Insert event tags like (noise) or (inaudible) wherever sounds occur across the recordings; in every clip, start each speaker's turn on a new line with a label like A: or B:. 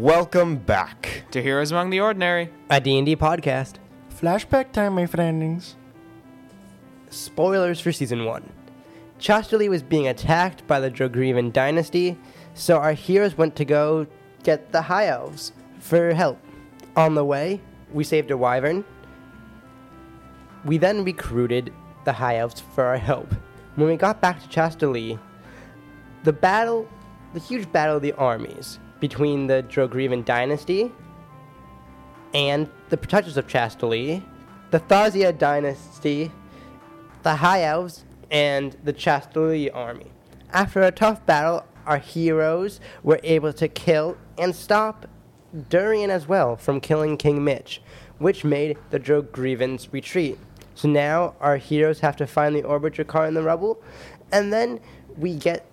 A: Welcome back.
B: to Heroes Among the Ordinary.
C: A D&D podcast.
A: Flashback time, my friendings.
C: Spoilers for season 1. Chastely was being attacked by the Drogreven dynasty, so our heroes went to go get the High Elves for help. On the way, we saved a wyvern. We then recruited the High Elves for our help. When we got back to Chastely, the battle, the huge battle of the armies between the Drogreven dynasty and the protectors of Chastely, the Thazia dynasty, the High Elves, and the Chastely army. After a tough battle, our heroes were able to kill and stop Durian as well from killing King Mitch, which made the Drogrevens retreat. So now our heroes have to find the Orbiter car in the rubble, and then we get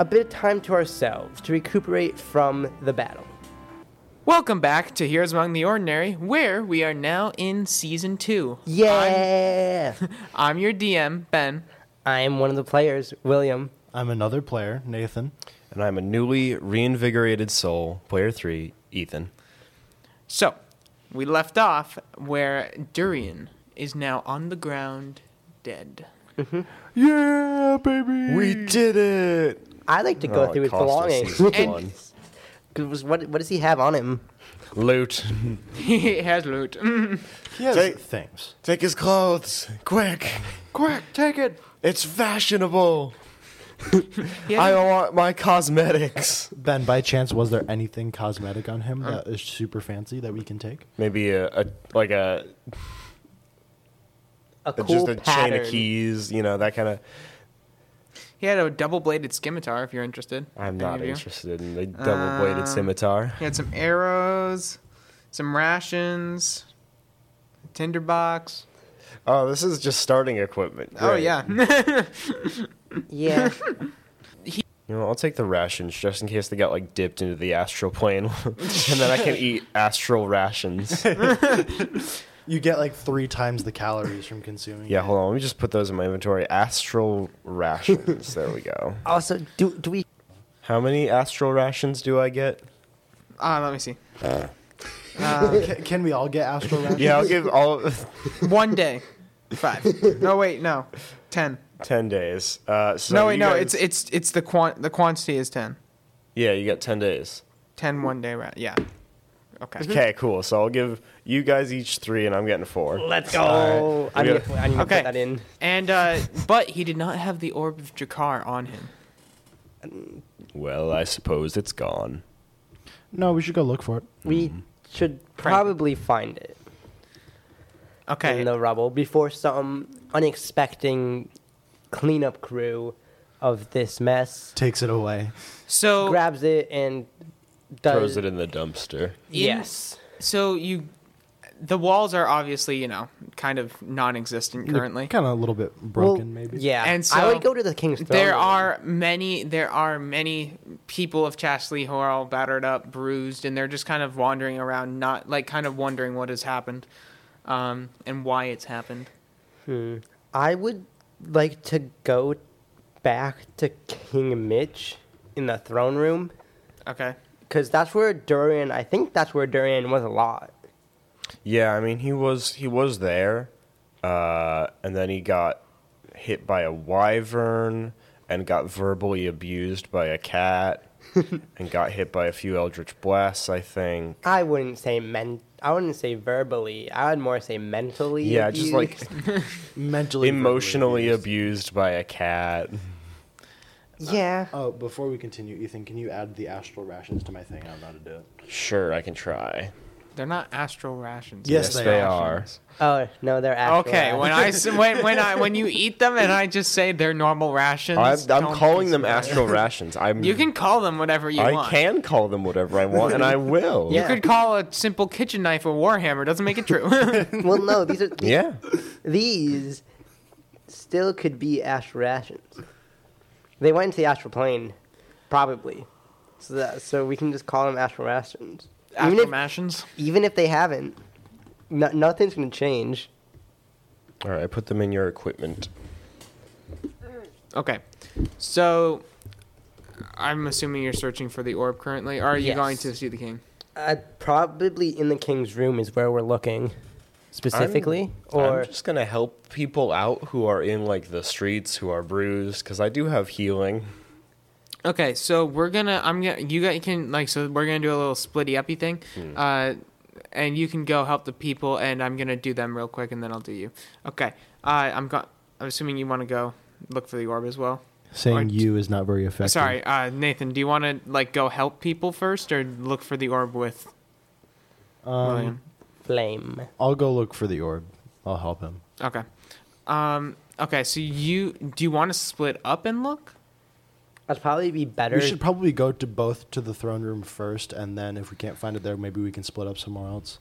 C: a bit of time to ourselves to recuperate from the battle.
B: Welcome back to Heroes Among the Ordinary, where we are now in season two.
C: Yeah!
B: I'm, I'm your DM, Ben.
C: I'm one of the players, William.
D: I'm another player, Nathan.
A: And I'm a newly reinvigorated soul, player three, Ethan.
B: So, we left off where Durian is now on the ground, dead.
D: Yeah, baby.
A: We did it!
C: I like to go
A: Oh, it
C: through his
A: cost us
C: belongings.
A: season
B: And-
A: one.
C: (laughs) Cause what, what does he have on him?
A: Loot.
B: (laughs) he has loot. Mm-hmm.
D: He has
A: Take-
D: things.
A: Take his clothes. Quick. Quick, take it. It's fashionable.
B: Yeah.
A: I want my cosmetics.
D: Ben, by chance, was there anything cosmetic on him that is super fancy that we can take?
A: Maybe a, a like a
C: A
A: a-
C: cool
A: just a
C: pattern.
A: chain of keys, you know, that kind of
B: He had a double-bladed scimitar, if you're interested.
A: I'm
B: Any
A: not
B: of you.
A: interested in the double bladed
B: Um,
A: scimitar.
B: He had some arrows, some rations, a tinderbox.
A: Oh, this is just starting equipment.
B: Oh
A: Great.
B: yeah, (laughs)
A: (laughs)
C: Yeah.
A: You know, I'll take the rations just in case they got like dipped into the astral plane, (laughs) and then I can eat astral rations.
D: You get like three times the calories from consuming.
A: Yeah,
D: it.
A: hold on. Let me just put those in my inventory. Astral rations. There we go.
C: also, do do we?
A: How many astral rations do I get?
B: uh, let me see.
D: Can, can we all get astral (laughs) rations?
A: Yeah, I'll give all
B: One day, five. No wait, no, ten.
A: (laughs) ten days. Uh, so
B: no wait,
A: you
B: no.
A: guys-
B: It's it's it's the quant the quantity is ten.
A: yeah. You got ten days.
B: Ten one day rat. Yeah. Okay.
A: Okay, cool. So I'll give you guys each three, and I'm getting four.
C: Let's go. I
A: We
C: need,
A: got-
C: I need to
B: Okay.
C: put that in.
B: And uh, but he did not have the orb of Jakar on him.
A: Well, I suppose it's gone.
D: No, we should go look for it.
C: We
A: Mm-hmm.
C: should probably find it
B: Okay.
C: in the rubble before some unexpected cleanup crew of this mess
D: Takes it away.
B: So
C: grabs it and does.
A: Throws it in the dumpster.
B: in-
C: yes.
B: so you, the walls are obviously you know kind of non-existent currently.
D: Kind of a little bit broken, maybe.
C: Yeah.
B: And
C: I
B: so
C: would go to the king's throne.
B: There
C: room.
B: are many. There are many people of Chastely who are all battered up, bruised, and they're just kind of wandering around, not like kind of wondering what has happened, um, and why it's happened.
C: I would like to go back to King Mitch in the throne room
B: Okay.
C: because that's where Durian. I think that's where Durian was a lot.
A: Yeah, I mean he was he was there, uh, and then he got hit by a wyvern and got verbally abused by a cat and got hit by a few eldritch blasts. I think.
C: I wouldn't say men. I wouldn't say verbally. I would more say mentally.
A: Yeah, just like
C: abused.
D: Mentally.
A: emotionally
D: abused.
A: abused by a cat.
C: yeah.
D: Oh, before we continue, Ethan, can you add the astral rations to my thing? I don't know how to do it.
A: Sure, I can try.
B: They're not astral rations.
D: Yes,
A: they,
D: they
A: are.
D: are.
C: Oh no, they're actual
B: Uh, Okay. When I
C: rations.
B: s- when when I when you eat them and I just say they're normal rations.
A: I'm, I'm
B: don't
A: calling them
B: consider it.
A: astral rations. I'm.
B: You can call them whatever you
A: I
B: want.
A: can call them whatever I want, and I will.
B: You
C: Yeah.
B: could call a simple kitchen knife a warhammer. Doesn't make
A: (laughs)
B: it true.
C: (laughs) well, no, these are th-
A: Yeah.
C: these still could be astral rations. They went to the astral plane, probably. So that so we can just call them astral rations.
B: astral
C: even if
B: rations.
C: even if they haven't, no, nothing's gonna change.
A: All right, I put them in your equipment.
B: Okay. So I'm assuming you're searching for the orb currently. Or are you
C: Yes.
B: going to see the king?
C: Uh, probably in the king's room is where we're looking specifically. or
A: I'm just gonna help people out who are in like the streets, who are bruised, because I do have healing.
B: Okay, so we're gonna. I'm gonna. You guys can like. So we're gonna do a little splitty uppy thing. Uh, and you can go help the people, and I'm gonna do them real quick, and then I'll do you. Okay. Uh, I'm go- I'm assuming you want to go look for the orb as well. Or-
D: Saying you is not very effective.
B: Sorry, uh, Nathan. Do you want to like go help people first, or look for the orb with
D: Um,
B: William?
C: flame.
D: I'll go look for the orb. I'll help him.
B: Okay. Um. Okay. So you do you want to split up and look?
C: That'd probably be better.
D: We should probably go to both to the throne room first, and then if we can't find it there, maybe we can split up somewhere else.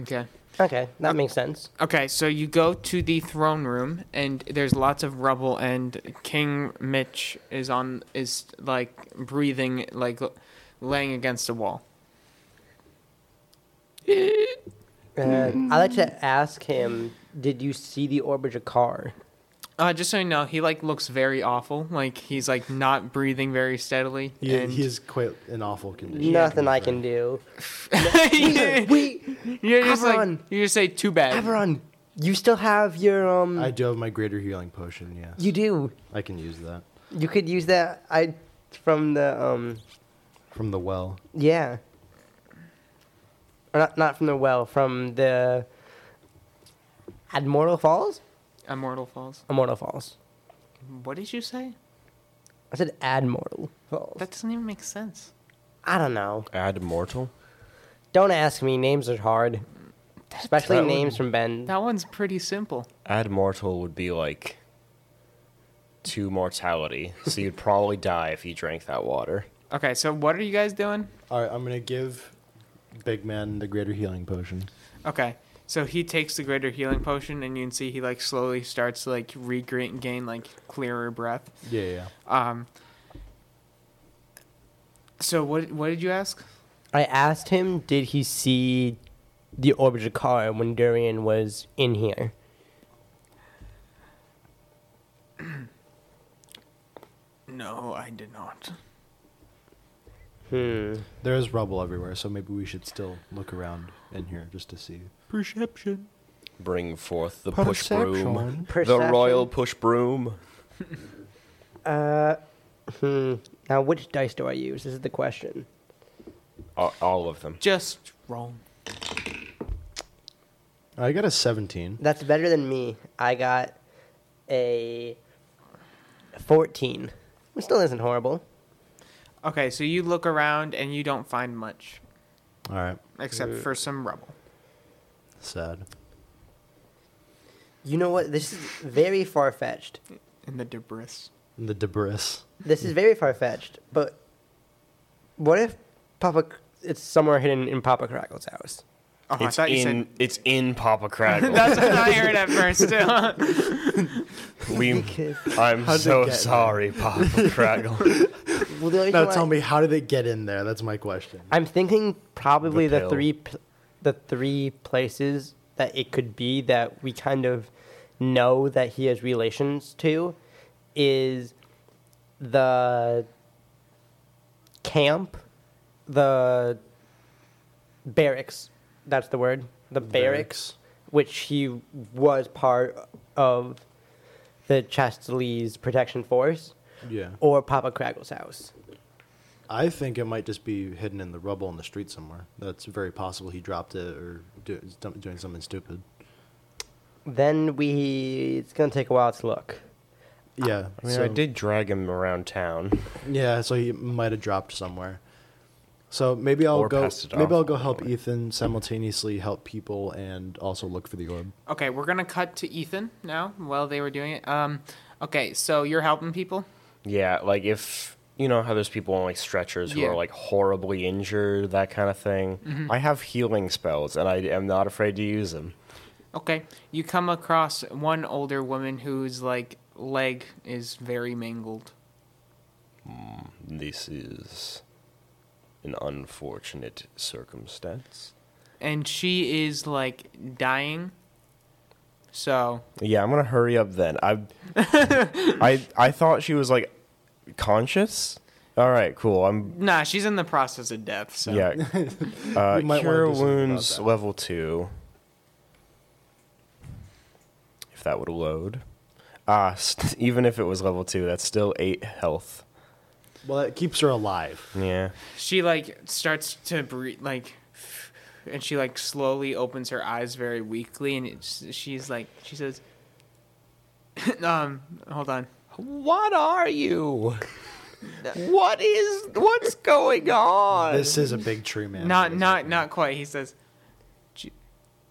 B: Okay.
C: Okay, that makes sense.
B: Okay, so you go to the throne room, and there's lots of rubble, and King Mitch is on is like breathing, like l- laying against a wall.
C: Uh, I'd like to ask him, did you see the Orbiter car?
B: Uh, just so you know, he like looks very awful. Like he's like not breathing very steadily.
D: Yeah,
B: and- (laughs)
D: he is quite in awful condition.
C: Nothing I can (laughs) do.
B: Yeah,
C: Wait,
B: you're just like
C: Avron.
B: you just say too bad.
C: Averon, you still have your um.
D: I do have my greater healing potion. Yes,
C: you do.
D: I can use that
C: You could use that. I from the um.
D: from the well.
C: Yeah. Or not not from the well, from the. Admortal Falls.
B: Immortal falls.
C: Immortal Falls.
B: What did you say?
C: I said Admortal Falls.
B: That doesn't even make sense.
C: I don't know.
A: Add mortal.
C: Don't ask me. Names are hard, especially
A: that would-
C: names from Ben.
B: That one's pretty simple.
A: Add mortal would be like to mortality, so you'd probably die if you drank that water.
B: Okay, so what are you guys doing?
D: All right, I'm gonna give Big Man the greater healing potion.
B: Okay. So he takes the greater healing potion and you can see he like slowly starts to like regain like clearer breath.
D: Yeah, yeah.
B: Um So what what did you ask?
C: I asked him, did he see the Orbiter car when Durian was in here?
B: No, I did not.
C: Hmm.
D: There is rubble everywhere, so maybe we should still look around in here just to see.
B: Perception.
A: Bring forth the push broom, the
C: Perception.
A: royal push broom.
C: Uh, hmm. Now, which dice do I use? This is the question.
A: All, all of them.
B: Just wrong.
D: I got a 17.
C: That's better than me. I got a 14, which still isn't horrible.
B: Okay, so you look around and you don't find much
D: All right,
A: Uh,
B: except for some rubble.
D: sad.
C: You know what? This is very far fetched.
B: In the debris.
D: The debris.
C: This is very far fetched, but what if Papa? It's somewhere hidden in Papa Crackle's house.
B: Oh, I
A: It's
B: thought
A: in.
B: you said
A: It's in Papa Cradle.
B: (laughs) that's what I heard at first too.
A: we.
C: Because
A: I'm
D: How'd they
A: so
D: get
A: sorry, Papa Cradle.
C: well, the only
D: Now
C: thing
D: tell
C: I-
D: me, how did they get in there? That's my question.
C: I'm thinking probably
A: The
C: the,
A: pill.
C: three, pl- the three places that it could be that we kind of know that he has relations to, is the camp, the barracks. That's the word. The barracks, which he was part of the Chastelis protection force,
D: Yeah.
C: or Papa Craggle's house.
D: I think it might just be hidden in the rubble in the street somewhere. That's very possible he dropped it or do, is dum- doing something stupid.
C: Then we. It's gonna take a while to look.
D: Yeah.
A: I mean,
D: so,
A: I did drag him around town.
D: Yeah, so he might have dropped somewhere. So maybe I'll
A: Or
D: go.
A: passed it off
D: Maybe I'll go help
A: somewhere.
D: Ethan simultaneously help people and also look for the orb.
B: Okay, we're gonna cut to Ethan now while they were doing it. Um okay, so you're helping people?
A: Yeah, like if you know how there's people on like stretchers who
B: Yeah.
A: are like horribly injured, that kind of thing. I have healing spells, and I am not afraid to use them.
B: Okay. You come across one older woman whose like leg is very mangled.
A: This is an unfortunate circumstance.
B: And she is like dying. So
A: Yeah, I'm gonna hurry up then. I, I, I thought she was like conscious. All right, cool. I'm
B: Nah, she's in the process of death. So.
A: yeah. Uh,
D: We might wanna
A: cure
D: do something about
A: wounds
D: that.
A: level two. If that would load. Ah, st- (laughs) even if it was level two, that's still eight health.
D: Well, that keeps her alive.
A: Yeah.
B: She like starts to breathe like, (sighs) and she like slowly opens her eyes very weakly, and it's, she's like she says, (laughs) um, hold on.
A: What are you? what is what's going on?
D: This is a big tree, man.
B: Not
D: This is-
B: not not quite. He says, "J-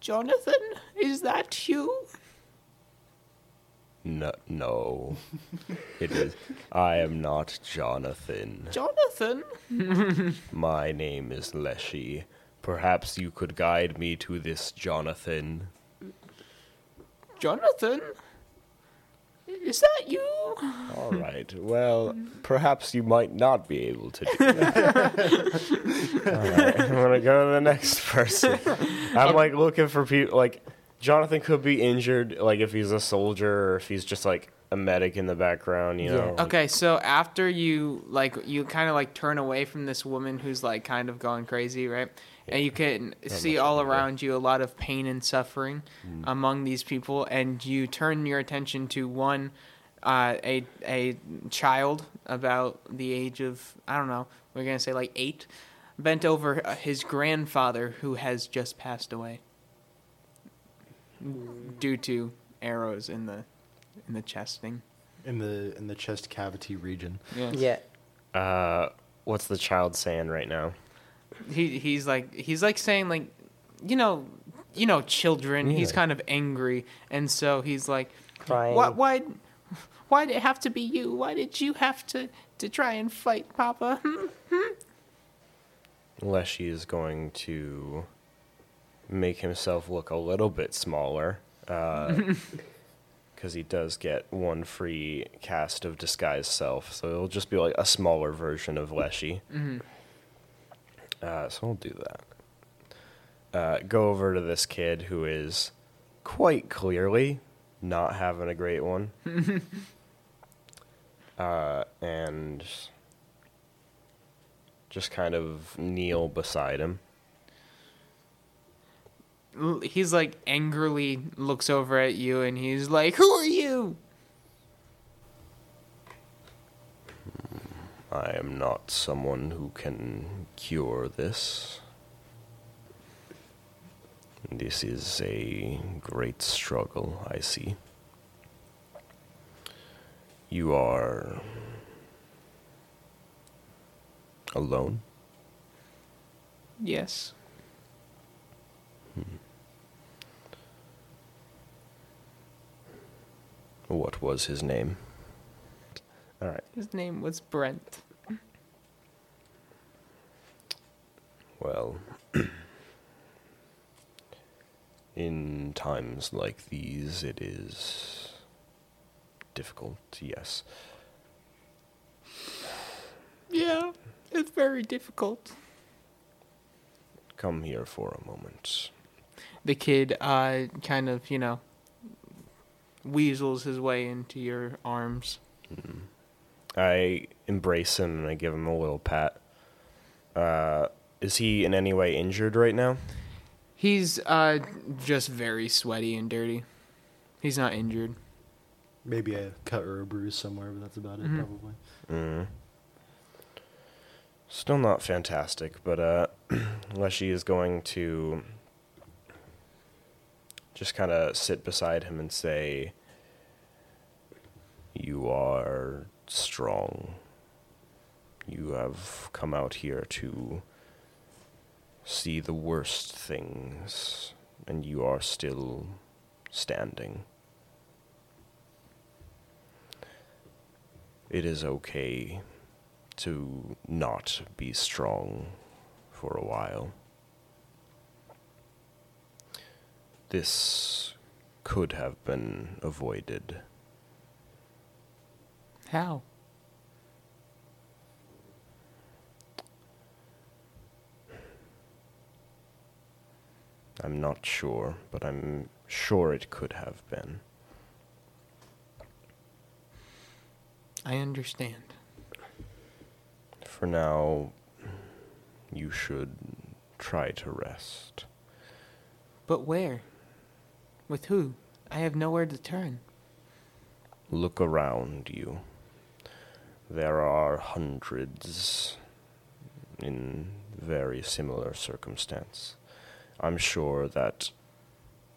B: Jonathan, is that you?
A: No, no. it is. I am not Jonathan.
B: Jonathan?
A: (laughs) My name is Leshy. Perhaps you could guide me to this Jonathan.
B: Jonathan? Is that you?
A: All right. Well, perhaps you might not be able to do that. (laughs) All right. I'm gonna go to the next person. I'm like looking for people. Like Jonathan could be injured. Like if he's a soldier or if he's just like a medic in the background. You know.
B: Okay, so after you like you kind of like turn away from this woman who's like kind of going crazy, right? And you can see all around you a lot of pain and suffering among these people, and you turn your attention to one, uh, a a child about the age of I don't know, we're gonna say like eight, bent over uh, his grandfather who has just passed away due to arrows in the in the chest thing.
D: in the in the chest cavity region.
B: Yeah.
C: Yeah.
A: Uh, what's the child saying right now?
B: he he's like he's like saying like you know you know children he's
A: Yeah.
B: kind of angry and so he's like
C: Crying.
B: why why why did it have to be you why did you have to to try and fight papa Hmm?
A: Leshy is going to make himself look a little bit smaller. Because he does get one free cast of disguise self, so it'll just be like a smaller version of Leshy. Uh, so I'll do that. Uh, go over to this kid who is quite clearly not having a great one, uh, and just kind of kneel beside him.
B: L- he's like angrily looks over at you and he's like who are you
A: I am not someone who can cure this. This is a great struggle, I see. You are alone.
B: yes
A: What was his name? All right.
B: his name was brent
A: Well, (clears throat) in times like these, it is difficult, yes.
B: yeah it's very difficult
A: Come here for a moment.
B: the kid uh kind of you know weasels his way into your arms
A: I embrace him and I give him a little pat. Uh, is he in any way injured right now?
B: He's uh just very sweaty and dirty. He's not injured.
D: Maybe a cut or a bruise somewhere, but that's about
B: Mm-hmm.
D: it, probably.
A: Still not fantastic, but uh, (clears throat) Leshy is going to just kind of sit beside him and say, You are strong. You have come out here to see the worst things, and you are still standing. It is okay to not be strong for a while. This could have been avoided.
B: How?
A: I'm not sure, but I'm sure it could have been.
B: I understand.
A: For now, you should try to rest.
B: But where? With who? I have nowhere to turn.
A: Look around you. There are hundreds in very similar circumstance. I'm sure that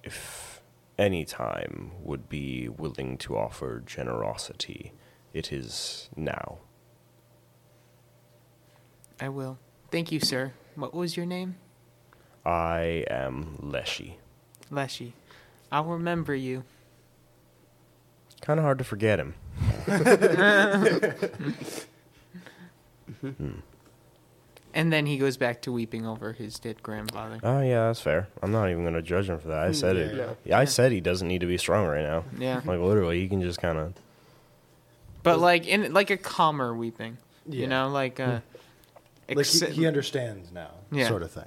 A: if any time would be willing to offer generosity, it is now.
B: I will. Thank you, sir. What was your name?
A: I am Leshy.
B: Leshy. I'll remember you.
A: It's kind of hard to forget him.
B: And then he goes back to weeping over his dead grandfather.
A: Oh yeah, that's fair. I'm not even gonna judge him for that. I said it.
D: Yeah.
A: Yeah, I said he doesn't need to be strong right now.
B: Yeah.
A: Like literally, he can just kind of.
B: But like in like a calmer weeping. You
D: Yeah.
B: know, like uh
D: Like he,
B: exce-
D: he understands now,
B: Yeah.
D: sort of thing.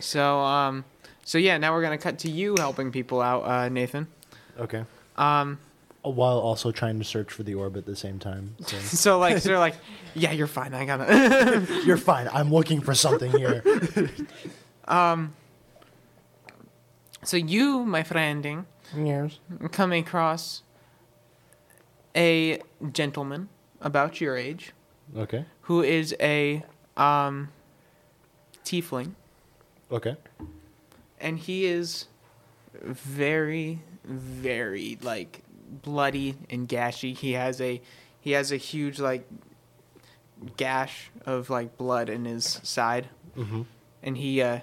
B: So um so yeah, now we're going to cut to you helping people out, uh Nathan.
D: Okay. Um, while also trying to search for the orb at the same time.
C: (laughs)
D: so-
B: (laughs) So like so they're like, yeah, you're fine. I got to
D: You're fine. I'm looking for something here.
B: (laughs) So you, my friending,
C: Yes.
B: come across a gentleman about your age
D: (laughs) Okay.
B: who is a um, tiefling,
D: Okay.
B: and he is very, very like bloody and gashy. He has a he has a huge like gash of like blood in his side,
D: Mhm.
B: and he uh,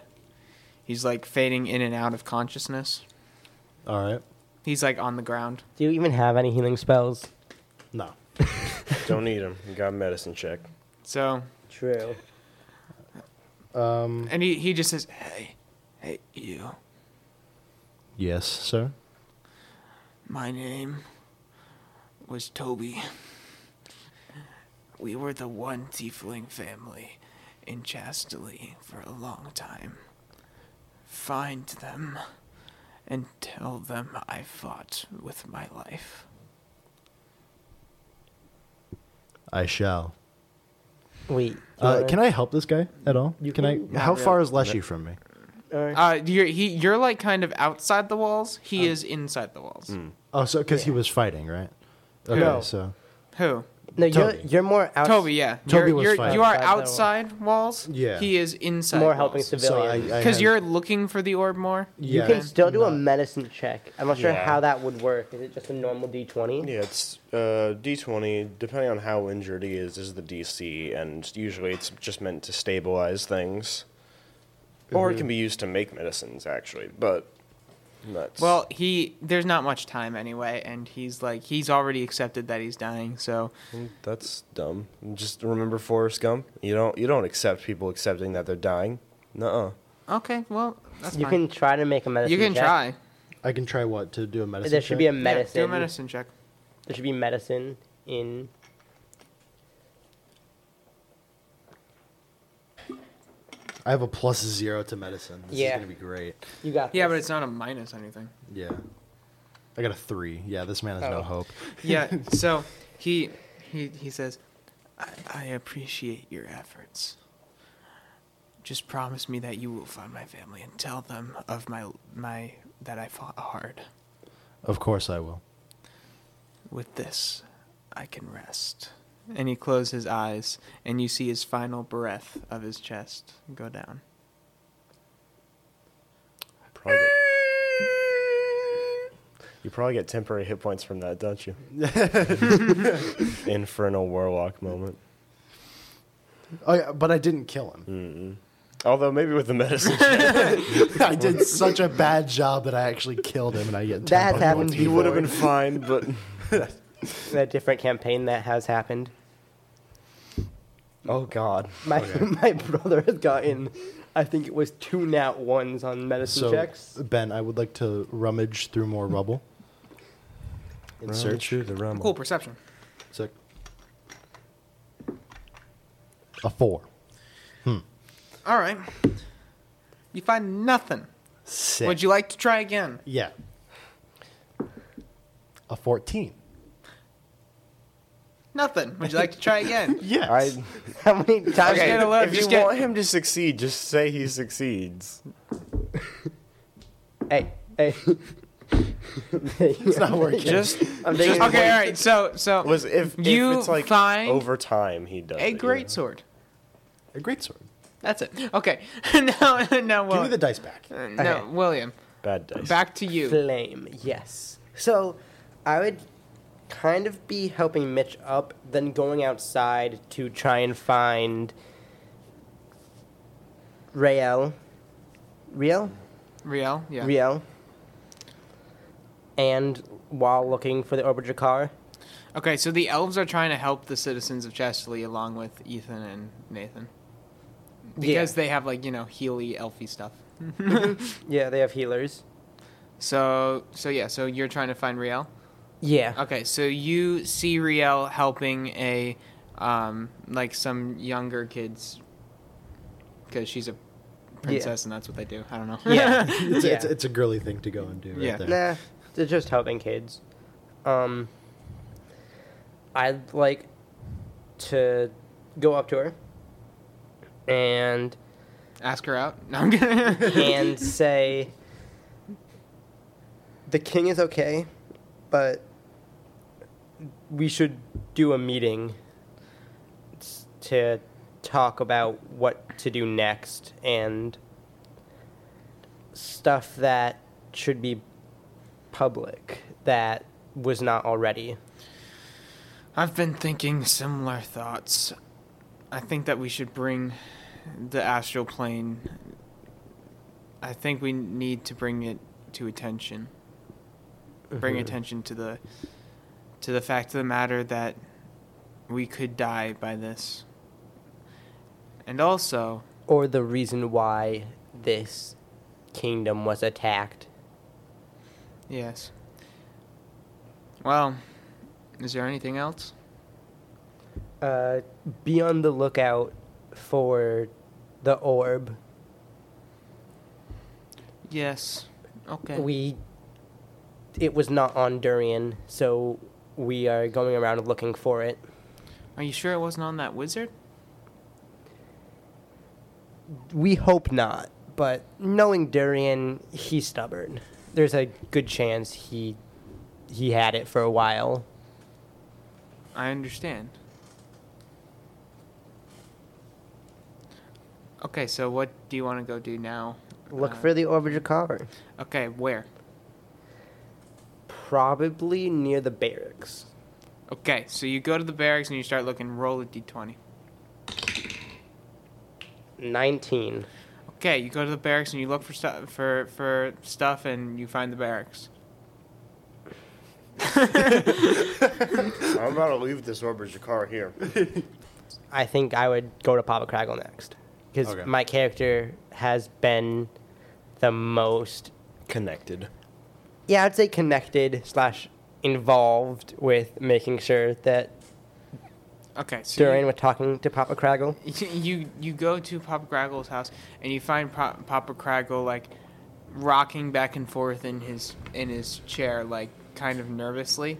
B: he's like fading in and out of consciousness.
D: All right.
B: He's like on the ground.
C: Do you even have any healing spells?
D: No.
A: Don't need him. You got a medicine check.
B: So
C: True.
D: Um.
B: And he, he just says, Hey, hey, you.
D: Yes, sir.
B: My name was Toby. We were the one tiefling family in Chastely for a long time. Find them and tell them I fought with my life.
D: I shall.
C: Wait.
D: Uh, can I help this guy at all?
C: You
D: can
C: can-
D: I? How
C: not
D: far is Leshy from me?
B: Uh, you're, he, you're like kind of outside the walls.
D: Um,
B: He is inside the walls.
D: Oh, so because he was fighting, right? Okay,
C: No.
D: so
B: Who?
C: no, you're
D: Toby.
C: you're more out.
B: Toby, yeah.
D: Toby
B: you're,
D: was
B: you're,
D: fine.
B: you are
C: Outside the wall.
B: outside walls.
D: Yeah.
B: He is inside
C: More
B: walls.
C: helping civilians.
D: So I- I
B: Because
D: had-
B: you're looking for the orb more.
C: you
D: yeah,
C: can still do a
D: no.
C: medicine check. I'm not sure
A: Yeah.
C: how that would work. Is it just a normal D20?
A: Yeah, it's uh, D20. Depending on how injured he is, is the DC, and usually it's just meant to stabilize things, or it can be used to make medicines actually. But that's
B: Well, he there's not much time anyway, and he's like he's already accepted that he's dying. So
A: that's dumb. Just remember Forrest Gump. You don't you don't accept people accepting that they're dying. Nuh-uh.
B: okay, well that's
C: You
B: fine.
C: can try to make a medicine.
B: you can
C: check.
B: try.
D: I can try what to do a medicine.
C: There should be a
D: check?
B: Yeah,
C: medicine.
B: do a medicine check.
C: There should be medicine in.
D: I have a plus zero to medicine. This
C: Yeah.
D: is gonna be great.
C: You got.
B: Yeah, but
C: this.
B: it's not a minus anything.
D: Yeah. I got a three. Yeah, this man has
C: Oh.
D: no hope.
B: Yeah. so he he he says, I, I appreciate your efforts. Just promise me that you will find my family and tell them of my my that I fought hard.
D: Of course I will.
B: With this, I can rest. And he closed his eyes, and you see his final breath of his chest go down.
A: Probably get- you probably get temporary hit points from that, don't (laughs) you? Infernal warlock moment.
D: Oh, yeah, but I didn't kill him.
A: Although maybe with the medicine, check,
D: I did such a bad job that I actually killed him, and I get
C: That has
D: ten
C: happened
D: points.
A: (laughs) he would have been fine. But
C: a different campaign that has happened.
A: oh god,
C: My (laughs) my brother has gotten, I think it was two nat ones on medicine
D: So
C: checks.
D: Ben, I would like to rummage through more rubble. In search.
A: through the realm.
B: Cool perception.
D: Sick. A four.
B: All right. You find nothing.
D: Sick.
B: Would you like to try again?
D: Yeah. A fourteen.
B: Nothing. Would you like to try again?
A: (laughs)
D: Yes.
A: I,
C: How many times?
A: okay,
B: get a look,
A: if you
B: just get-
A: want him to succeed, just say he succeeds.
C: Hey, hey. it's not working.
A: Just
C: I'm
A: just
C: taking
A: like-
B: okay, all right. So, so
A: (laughs) Was if, if
B: You
A: it's like
B: find
A: over time he does
B: a
A: it, you
B: great
A: know?
B: sword.
D: a great sword.
B: That's it. Okay. (laughs) now, now,
D: Give me
B: William.
D: the dice back.
B: no,
C: Okay.
B: William.
A: bad dice.
B: Back to you.
C: Flame, yes. So, I would kind of be helping Mitch up, then going outside to try and find Rael. Riel?
B: Riel. Yeah.
C: Riel. And while looking for the Orbiter car,
B: Okay, so the elves are trying to help the citizens of Chesterley along with Ethan and Nathan. Because they have like, you know, Healy elfy stuff.
C: yeah, they have healers.
B: So so yeah, so you're trying to find Riel.
C: Yeah.
B: Okay, so you see Riel helping a um like some younger kids cuz she's a princess and that's what they do. I don't know.
C: Yeah.
D: It's,
C: yeah.
D: it's, it's a girly thing to go and do right
B: Yeah.
D: there.
C: Nah, they're just helping kids. Um, I'd like to go up to her and
B: (laughs) Ask her out. No, I'm kidding.
C: and say, "The king is okay, but we should do a meeting s- to talk about what to do next and stuff that should be public that was not already."
B: I've been thinking similar thoughts. I think that we should bring the astral plane. I think we need to bring it to attention.
C: Mm-hmm.
B: Bring attention to the to the fact of the matter that we could die by this. And also,
C: or the reason why this kingdom was attacked.
B: yes. Well, is there anything else?
C: Uh, be on the lookout for the orb.
B: Yes. Okay.
C: We. It was not on Durian, so we are going around looking for it.
B: Are you sure it wasn't on that wizard?
C: We hope not, but knowing Durian, he's stubborn. There's a good chance he he had it for a while.
B: I understand. Okay, so what do you want to go do now?
C: Look
B: Uh,
C: for the Orbiter car.
B: Okay, where?
C: Probably near the barracks.
B: Okay, so you go to the barracks and you start looking. Roll a d20.
C: 19.
B: Okay, you go to the barracks and you look for stuff for for stuff and you find the barracks.
A: I'm about to leave this Orbiter car here.
C: I think I would go to Papa Craggle next because
D: Okay.
C: my character has been the most,
A: Connected.
C: yeah, I'd say connected slash involved with making sure that
B: Okay, so you-
C: Durian was talking to Papa Craggle.
B: (laughs) you you go to Papa Craggle's house and you find Pop, Papa Craggle like rocking back and forth in his in his chair, like kind of nervously.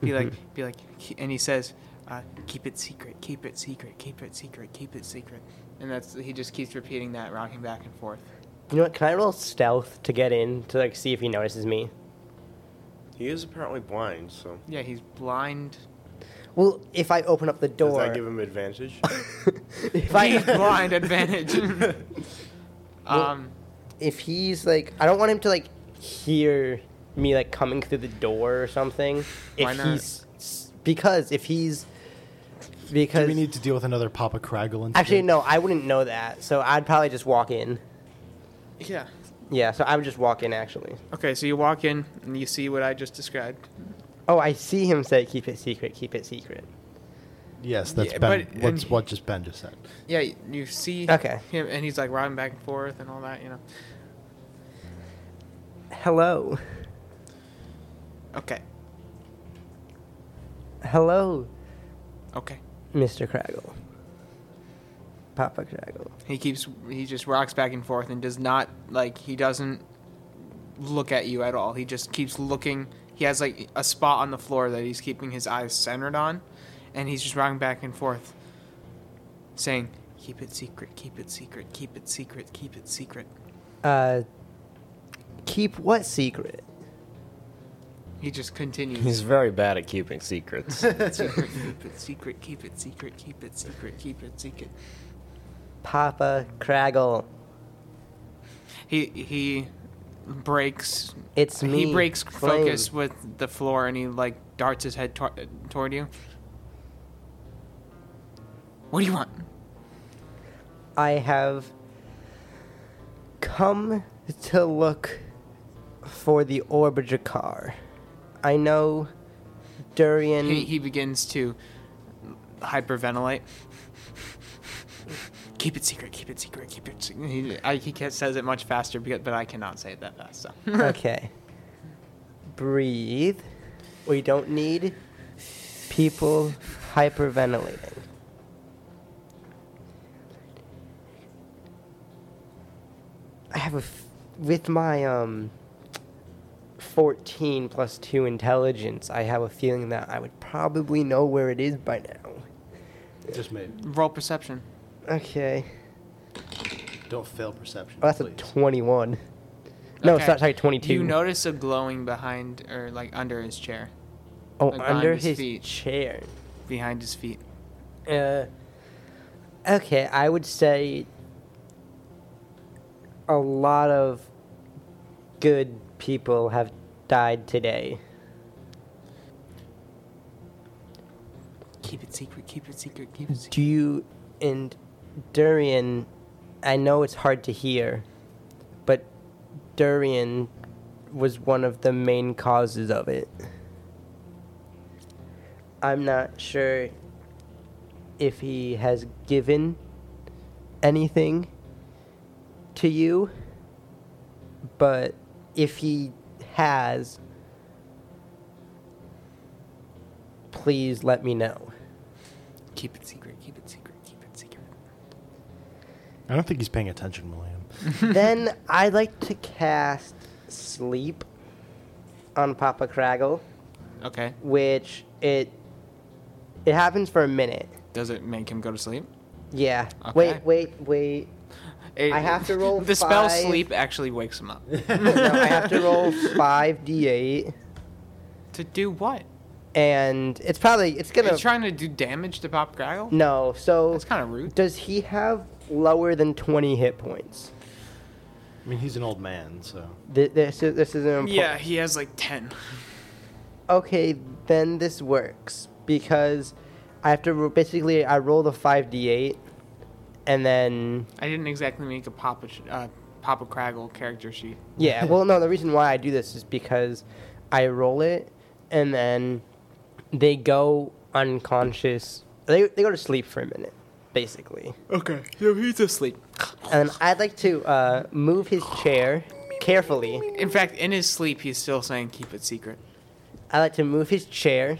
B: Be like, be like, and he says, uh, "Keep it secret, keep it secret, keep it secret, keep it secret," and that's he just keeps repeating that, rocking back and forth.
C: You know what? Can I roll stealth to get in to like see if he notices me?
A: He is apparently blind, so
B: Yeah, he's blind.
C: Well, if I open up the
A: does
C: door,
A: that give him
B: (laughs)
A: advantage?
C: if
B: He's
C: I
B: blind (laughs) advantage. um,
C: (laughs) if he's like, I don't want him to like hear me like coming through the door or something.
B: Why
C: if
B: not?
C: he's because if he's because
D: Do we need to deal with another Papa Craggle instead?
C: Actually, no, I wouldn't know that. So I'd probably just walk in.
B: yeah.
C: Yeah, so I would just walk in, actually.
B: Okay, so you walk in and you see what I just described.
C: Oh, I see him say, keep it secret, keep it secret.
D: Yes, that's
B: Yeah,
D: Ben.
B: but-
C: (laughs)
D: what's
B: and-
D: what just Ben just said.
B: Yeah, y- you see
C: Okay.
B: him, and he's like riding back and forth and all that, you know.
C: Hello.
B: Okay,
C: Hello,
B: okay.
C: Mr. Craggle. Papa Craggle.
B: He keeps, he just rocks back and forth and does not, like, he doesn't look at you at all. He just keeps looking, He has like a spot on the floor that he's keeping his eyes centered on, and he's just rocking back and forth, saying, "Keep it secret, keep it secret, keep it secret, keep it secret."
C: Uh, keep what secret?
B: He just continues.
A: He's very bad at keeping secrets. (laughs)
B: secret, (laughs) keep it secret, keep it secret, keep it secret, keep it secret.
C: Papa Craggle.
B: He he breaks.
C: It's me.
B: He breaks
C: Flame.
B: focus with the floor and he like darts his head tor- toward you. What do you want?
C: I have come to look for the Orb of Jakar. I know Durian.
B: He, he begins to hyperventilate. keep it secret. Keep it secret. Keep it. Secret. He, I, he can't, says it much faster, because, but I cannot say it that fast. So.
C: (laughs)
B: (laughs)
C: okay. Breathe. We don't need people hyperventilating. I have a f- with my um 14 plus 2 intelligence, I have a feeling that I would probably know where it is by now.
D: Just maybe.
B: Roll perception.
C: Okay.
D: Don't fail perception.
C: Oh, that's a
D: please.
C: 21. No,
B: Okay.
C: sorry, sorry, 22.
B: You notice a glowing behind or like under his chair,
C: oh,
B: like
C: under
B: behind his
C: his
B: feet.
C: chair.
B: behind his feet.
C: Uh, okay, I would say a lot of good people have died today.
B: Keep it secret. Keep it secret. Keep it secret.
C: Do you and Durian? I know it's hard to hear, but Durian was one of the main causes of it. I'm not sure if he has given anything to you, but if he has, please let me know.
B: Keep it secret. Keep it secret. Keep it secret.
D: I don't think he's paying attention, William.
C: then I'd like to cast Sleep on Papa Craggle,
B: Okay.
C: which it it happens for a minute.
B: Does it make him go to sleep?
C: Yeah.
B: Okay.
C: Wait, wait, wait.
B: It-
C: I have to
B: (laughs)
C: roll
B: The spell
C: five.
B: sleep actually wakes him up.
C: (laughs) No, I have
B: (laughs)
C: to roll five d8,
B: to do what?
C: and it's probably it's
B: Are
C: gonna
B: you trying to do damage to Pop Craggle?
C: no. So
B: That's kind of rude.
C: does he have lower than twenty hit points?
D: I mean, he's an old man, so
C: Th- This is this is an important.
B: Yeah, he has like ten.
C: okay, then this works because I have to ro- basically I roll the five d8, and then
B: I didn't exactly make a Papa uh, Papa Craggle character sheet.
C: (laughs) yeah. Well, no, the reason why I do this is because I roll it, and then they go unconscious. They they go to sleep for a minute, basically.
B: Okay, so he's asleep.
C: And I'd like to uh, move his chair carefully.
B: In fact, in his sleep, he's still saying keep it secret.
C: I'd like to move his chair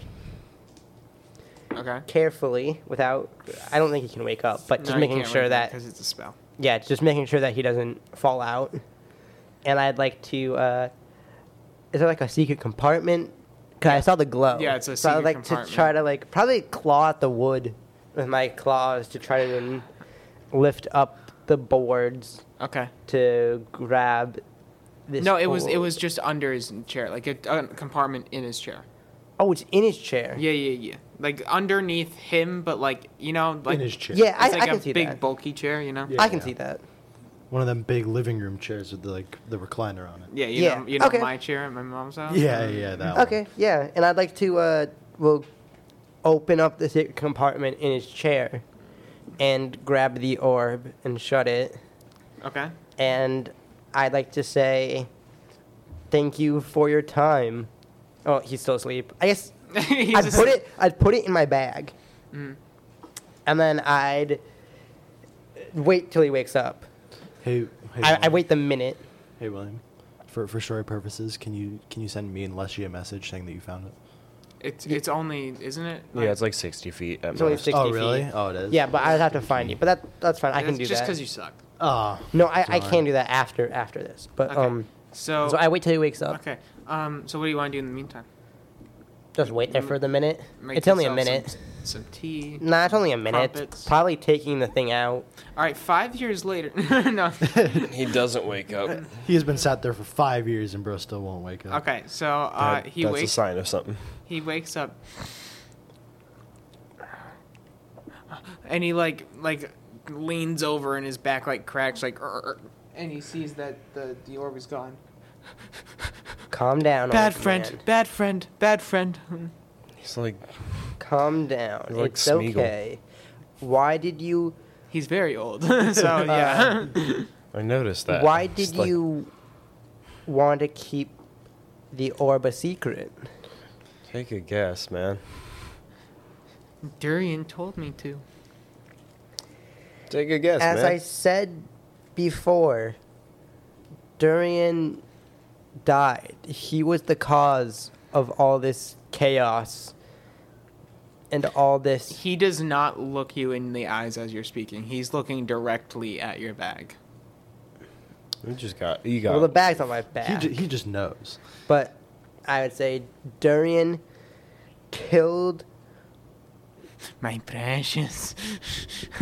B: Okay.
C: carefully without. I don't think he can wake up, but just making sure that
B: because it's a spell.
C: yeah, it's just making sure that he doesn't fall out. And I'd like to. Uh, is there like a secret compartment? Cause I saw the glow.
B: Yeah, it's a
C: so I'd
B: secret
C: like
B: compartment.
C: to try to like probably claw at the wood with my claws to try to lift up the boards
B: Okay.
C: to grab this.
B: No, it was it
C: board.
B: was just under his chair, like a, a compartment in his chair.
C: Oh, it's in his chair.
B: Yeah, yeah, yeah. Like underneath him, but like you know, like
D: in his chair.
C: Yeah, I,
B: it's like
C: I
B: a
C: can see
B: big
C: that.
B: bulky chair, you know.
D: Yeah.
C: I can see that.
D: One of them big living room chairs with the, like the recliner on it.
B: Yeah, you
C: Yeah,
B: know, you know
C: okay.
B: my chair at my mom's house.
D: Yeah, yeah, that one.
C: Okay, yeah, and I'd like to uh, will open up the secret compartment in his chair, and grab the orb and shut it.
B: Okay.
C: and I'd like to say thank you for your time. Oh, he's still asleep. I guess
B: (laughs) He's Mm.
C: I'd
B: asleep.
C: put it. I'd put it in my bag, and then I'd wait till he wakes up.
D: Hey, hey
C: I, I
D: William.
C: wait the minute.
D: Hey, William. For for story purposes, can you can you send me and Leshy a message saying that you found it?
B: It's it's only isn't it?
A: yeah, it's like 60 feet at
C: It's only
A: most.
C: sixty
D: oh, really?
C: feet.
D: Oh, it is.
C: Yeah, but I'd have to find you. But that that's fine. I can
B: It's
C: do
B: just
C: that.
B: because you suck.
D: Ah,
C: no, I, I
D: Sorry.
C: can do that after after this. But
B: Okay.
C: um,
B: So,
C: So I wait till he wakes up.
B: okay. Um, so what do you want to do in the meantime?
C: Just wait there for the minute.
B: Make
C: it's only a
B: yourself
C: minute.
B: Some, some tea.
C: Nah, it's only a minute.
B: Crumpets.
C: Probably taking the thing out.
B: All right. Five years later. (laughs) no.
A: He doesn't wake up.
B: Uh,
D: He has been sat there for five years and bro still won't wake up.
B: Okay. So uh,
A: That-
B: he
A: that's a
B: wakes.
A: sign of something.
B: He wakes up. And he like like leans over and his back like cracks like (laughs) "Urgh," and he sees that the the orb is gone.
C: Calm down.
B: Bad
C: old
B: friend,
C: man.
B: bad friend, bad friend.
A: He's like,
C: Calm down.
A: You're like
C: it's
A: Smeagol.
C: okay. Why did you?
B: (laughs) He's very old. (laughs) Uh, so yeah.
A: I noticed that.
C: why
A: It's
C: did
A: like,
C: you want to keep the orb a secret?
A: take a guess, man?
B: (laughs) Durian told me to.
A: Take a guess,
C: As
A: man.
C: I said before, Durian died. He was the cause of all this chaos and all this.
B: He does not look you in the eyes as you're speaking. He's looking directly at your bag.
A: You just got you got
C: Well, the bag's on my back.
D: He, ju- he just knows.
C: But I would say Durian killed.
B: My precious. (laughs)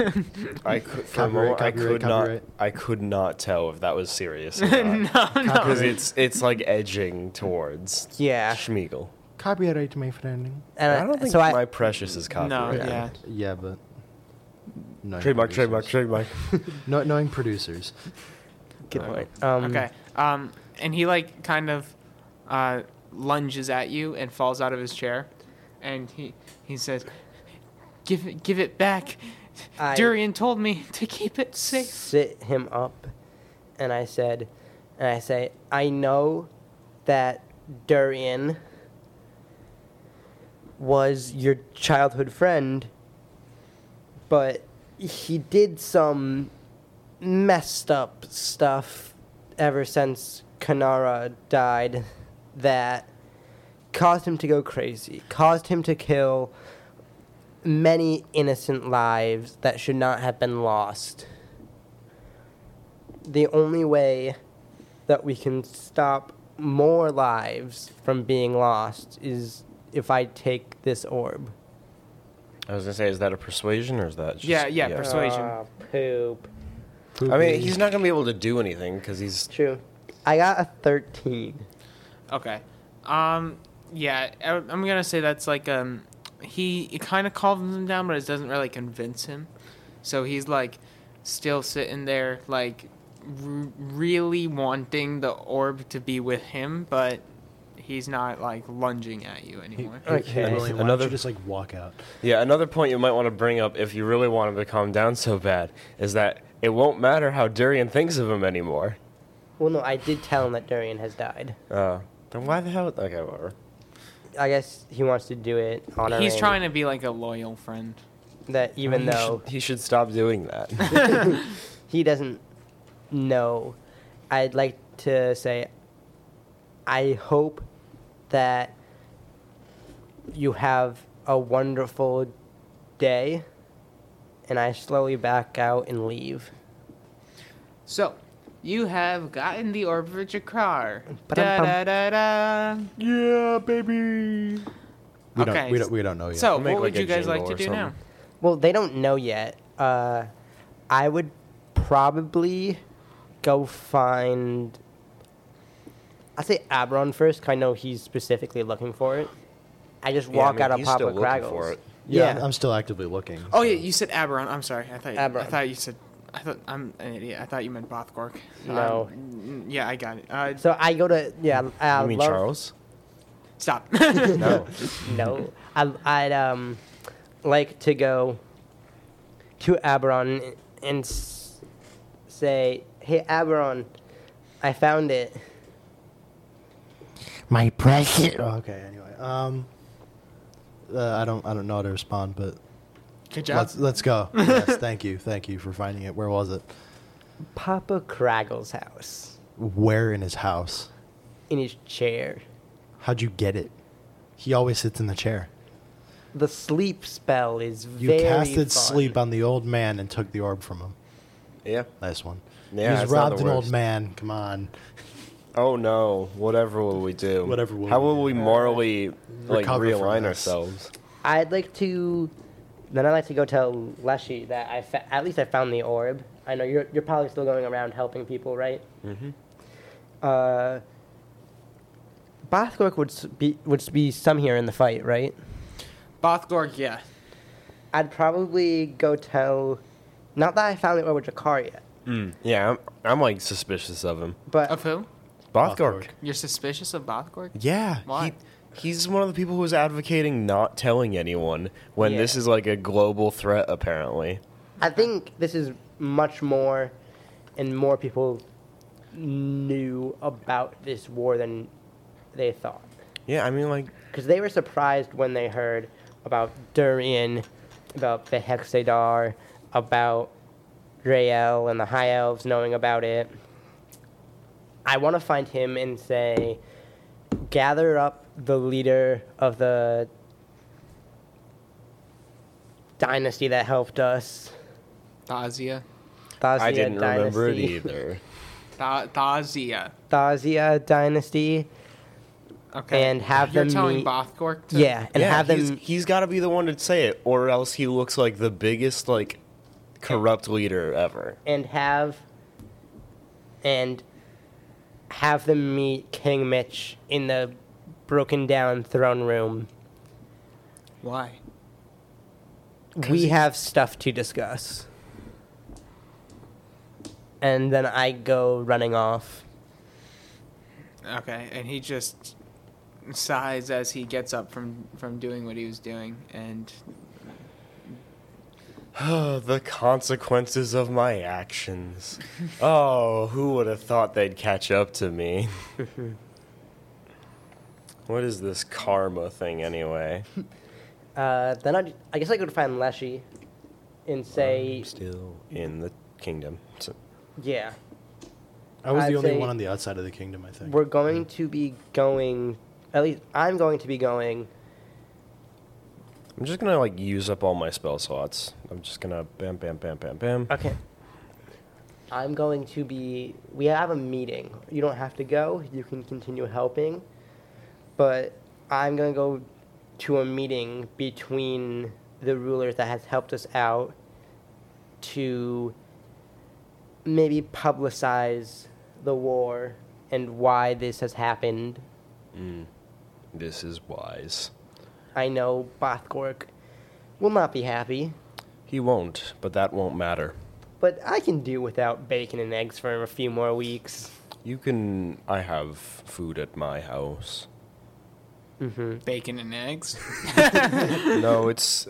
A: I could for a
D: Copyright,
A: moment, I
D: copyright,
A: could
D: copyright.
A: not I could not tell if that was serious
B: (laughs)
A: or
B: no,
A: not.
B: no.
A: Because it's it's like edging towards
C: Yeah.
A: Schmiegel.
D: Copyright, my friend.
C: And
A: I don't think
C: so.
A: my
C: I,
A: precious is copyright.
B: yeah.
D: Yeah, but. knowing
A: Trademark, trademark,
D: producers-
A: trademark.
D: Kno- knowing producers.
C: good point. Um,
B: Okay. Um, and he like kind of uh, lunges at you and falls out of his chair, and he he says, "Give it, give it back."
C: I-
B: Durian told me to keep it safe.
C: sit him up and I said and I say, I know that Durian was your childhood friend, but he did some messed up stuff ever since Kanara died that caused him to go crazy, caused him to kill many innocent lives that should not have been lost. The only way that we can stop more lives from being lost is if I take this orb.
A: I was gonna say, is that a persuasion or is that? Just,
B: Yeah, yeah, persu- Persuasion.
C: Ah, poop.
A: I mean, he's not gonna be able to do anything because he's
C: True. I got a 13.
B: Okay. Um. Yeah. I, I'm gonna say that's like um. He it kind of calms him down, but it doesn't really convince him. So he's like, still sitting there, like, r- really wanting the orb to be with him, but he's not like lunging at you anymore.
C: Okay.
A: Another-
D: Another. Just like walk out.
A: yeah. Another point you might want to bring up if you really want him to calm down so bad is that it won't matter how Durian thinks of him anymore.
C: Well, no, I did tell him that Durian has died.
A: Uh, then why the hell? Okay, whatever.
C: I guess he wants to do it honoring
B: He's trying to be like a loyal friend.
C: that even
A: he
C: though
A: should, he should stop doing that.
C: he doesn't know. I'd like to say, I hope that you have a wonderful day, and I slowly back out and leave.
B: So, you have gotten the orb of Jakar. Da
C: Ba-dum-bum.
B: da da da.
A: Oh, yeah, baby.
D: We
B: Okay.
D: don't. We don't. We don't know yet.
B: So,
A: Make,
B: what would
A: like, a
B: you guys like
A: jingle
B: to
A: or
B: do now?
A: something.
C: Well, they don't know yet. Uh, I would probably go find. I say Abron first, 'cause I know he's specifically looking for it. I just walk out of Papa Craggles.
D: yeah,
C: yeah.
D: I'm- I'm still actively looking.
B: Oh yeah, you said Aberon. I'm sorry. I thought you, I
C: Aberon.
B: thought you said. I thought I'm an idiot. I thought you meant Bothgork. Um,
C: No.
B: n- yeah, I got it. Uh,
C: So I go to yeah. I
A: you mean
C: love,
A: Charles?
B: stop. (laughs)
A: No.
C: No, I, I'd um like to go to Aberon and s- say, "Hey, Aberon, I found it."
D: My precious. Oh, okay. Anyway. Um. uh, I don't. I don't know how to respond, but
B: Good job.
D: let's let's go. yes. Thank you. Thank you for finding it. Where was it?
C: Papa Craggle's house
D: Where in his house?
C: in his chair.
D: How'd you get it? He always sits in the chair.
C: The sleep spell is
D: You
C: very.
D: casted
C: fun.
D: sleep on the old man and took the orb from him.
A: Yeah.
D: Nice one.
A: Yeah,
D: He's
A: it's not
D: robbed
A: the
D: an old
A: worst.
D: man. Come on.
A: oh no, whatever will we do?
D: Whatever will
A: How
D: we
A: will
D: do. Uh,
A: we morally like
D: Recover from
A: realign
D: this.
A: ourselves?
C: I'd like to. Then I'd like to go tell Leshy that I fa- at least I found the orb. I know you're you're probably still going around helping people, right? Mm-hmm. Uh, Bothgork would s- be would be some here in the fight, right?
B: Bothgorg, yeah.
C: I'd probably go tell. Not that I found the orb with Jakar yet,
A: Yeah, I'm, I'm like suspicious of him.
C: but
B: Of who?
A: Bothgork.
D: Bothgork.
B: You're suspicious of Bothgorg?
A: Yeah.
B: Why?
A: He, he's one of the people who's advocating not telling anyone when this
C: Yeah.
A: is like a global threat, apparently.
C: I think this is much more, and more people knew about this war than they thought.
A: Yeah, I mean, like,
C: Because they were surprised when they heard about Durian, about the Hexadar, about Rael and the High Elves knowing about it. I want to find him and say, gather up the leader of the dynasty that helped us.
B: Thazia.
A: I
C: Thazia
A: didn't
C: dynasty.
A: remember (laughs) it either.
B: Tha- Thazia.
C: Thazia dynasty.
B: Okay.
C: And have
B: You're
C: them
B: telling
C: meet-
B: Bothgorg to
C: Yeah, and
A: yeah,
C: have
A: he's-
C: them.
A: he's got to be the one to say it, or else he looks like the biggest, like, corrupt leader ever.
C: and have and have them meet King Mitch in the broken down throne room.
B: Why?
C: We have stuff to discuss. And then I go running off.
B: Okay, and he just sighs as he gets up from from doing what he was doing and
A: (sighs) the consequences of my
C: (laughs)
A: actions. oh, who would have thought they'd catch up to
C: (laughs)
A: me? what is this karma thing, anyway?
C: Uh, then I, I guess I go to find Leshy and say,
A: I'm still in the kingdom. So-
C: yeah,
D: I was
C: I'd
D: the only
C: say-
D: one on the outside of the kingdom, I think.
C: we're going to be going, at least I'm going to be going.
A: I'm just gonna like use up all my spell slots. I'm just gonna bam, bam, bam, bam, bam.
C: Okay. I'm going to be. We have a meeting. You don't have to go. You can continue helping. But I'm going to go to a meeting between the rulers that has helped us out to maybe publicize the war and why this has happened.
A: This is wise.
C: I know Bothgork will not be happy,
A: He won't, but that won't matter.
C: but I can do without bacon and eggs for a few more weeks.
A: You can. I have food at my
C: (laughs)
A: house.
C: Mm-hmm.
B: bacon and eggs. (laughs)
A: no, it's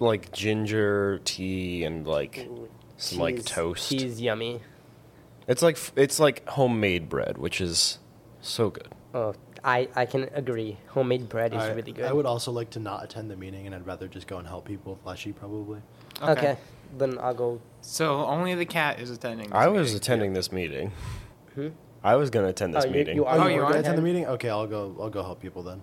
A: like ginger tea and like some like
C: Cheese-
A: toast.
C: Cheese yummy.
A: It's like it's like homemade bread, which is so good.
C: Oh, I, I can agree. Homemade bread is
D: I,
C: really good.
D: I would also like to not attend the meeting, and I'd rather just go and help people. Fleshy, probably.
C: (laughs) okay. then I'll go.
B: So only the cat is attending. this
A: I was
B: meeting.
A: attending this meeting. I was gonna attend this
C: Oh, you-
A: meeting.
C: you are-
B: Oh, you
D: gonna
B: are
D: attend the
C: attending?
D: meeting? Okay, I'll go. I'll go help people then.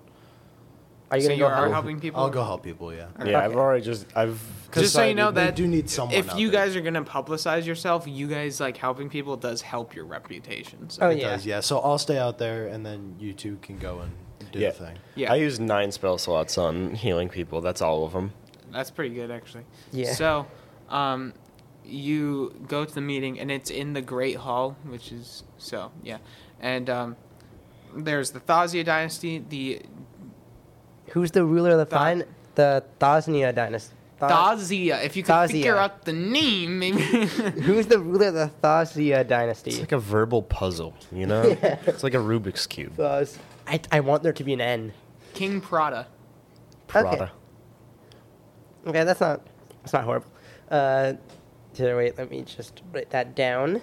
C: Are you
B: so
C: gonna
B: you
C: go?
B: are
C: help?
B: helping people.
D: I'll go help people. Yeah.
A: yeah, I've
C: Okay.
A: already just I've
B: Just so you know
D: They
B: that
D: do need someone
B: If
D: out
B: you
D: there.
B: guys are gonna publicize yourself, you guys like helping people does help your reputation. So.
C: Oh
D: It
C: yeah.
D: does, yeah. So I'll stay out there, and then you two can go and do
A: yeah.
D: the thing.
B: Yeah.
A: I used nine spell slots on healing people. That's all of them.
B: That's pretty good, actually.
C: Yeah.
B: So, um, you go to the meeting, and it's in the Great Hall, which is so yeah, and um, there's the Thazia dynasty, the
C: Who's the ruler of the
B: Tha-
C: fine? The Thasnia dynasty. Tha-
B: Thazia. If you could
C: Thazia.
B: figure out the name, maybe. (laughs)
C: Who's the ruler of the Thasnia
A: It's
C: dynasty?
A: like a verbal puzzle, you know? It's like a Rubik's cube.
C: Thas- I, I want there to be an N.
B: King Prada.
A: Prada.
C: Okay, that's not that's not horrible. Uh, here, wait, let me just write that down.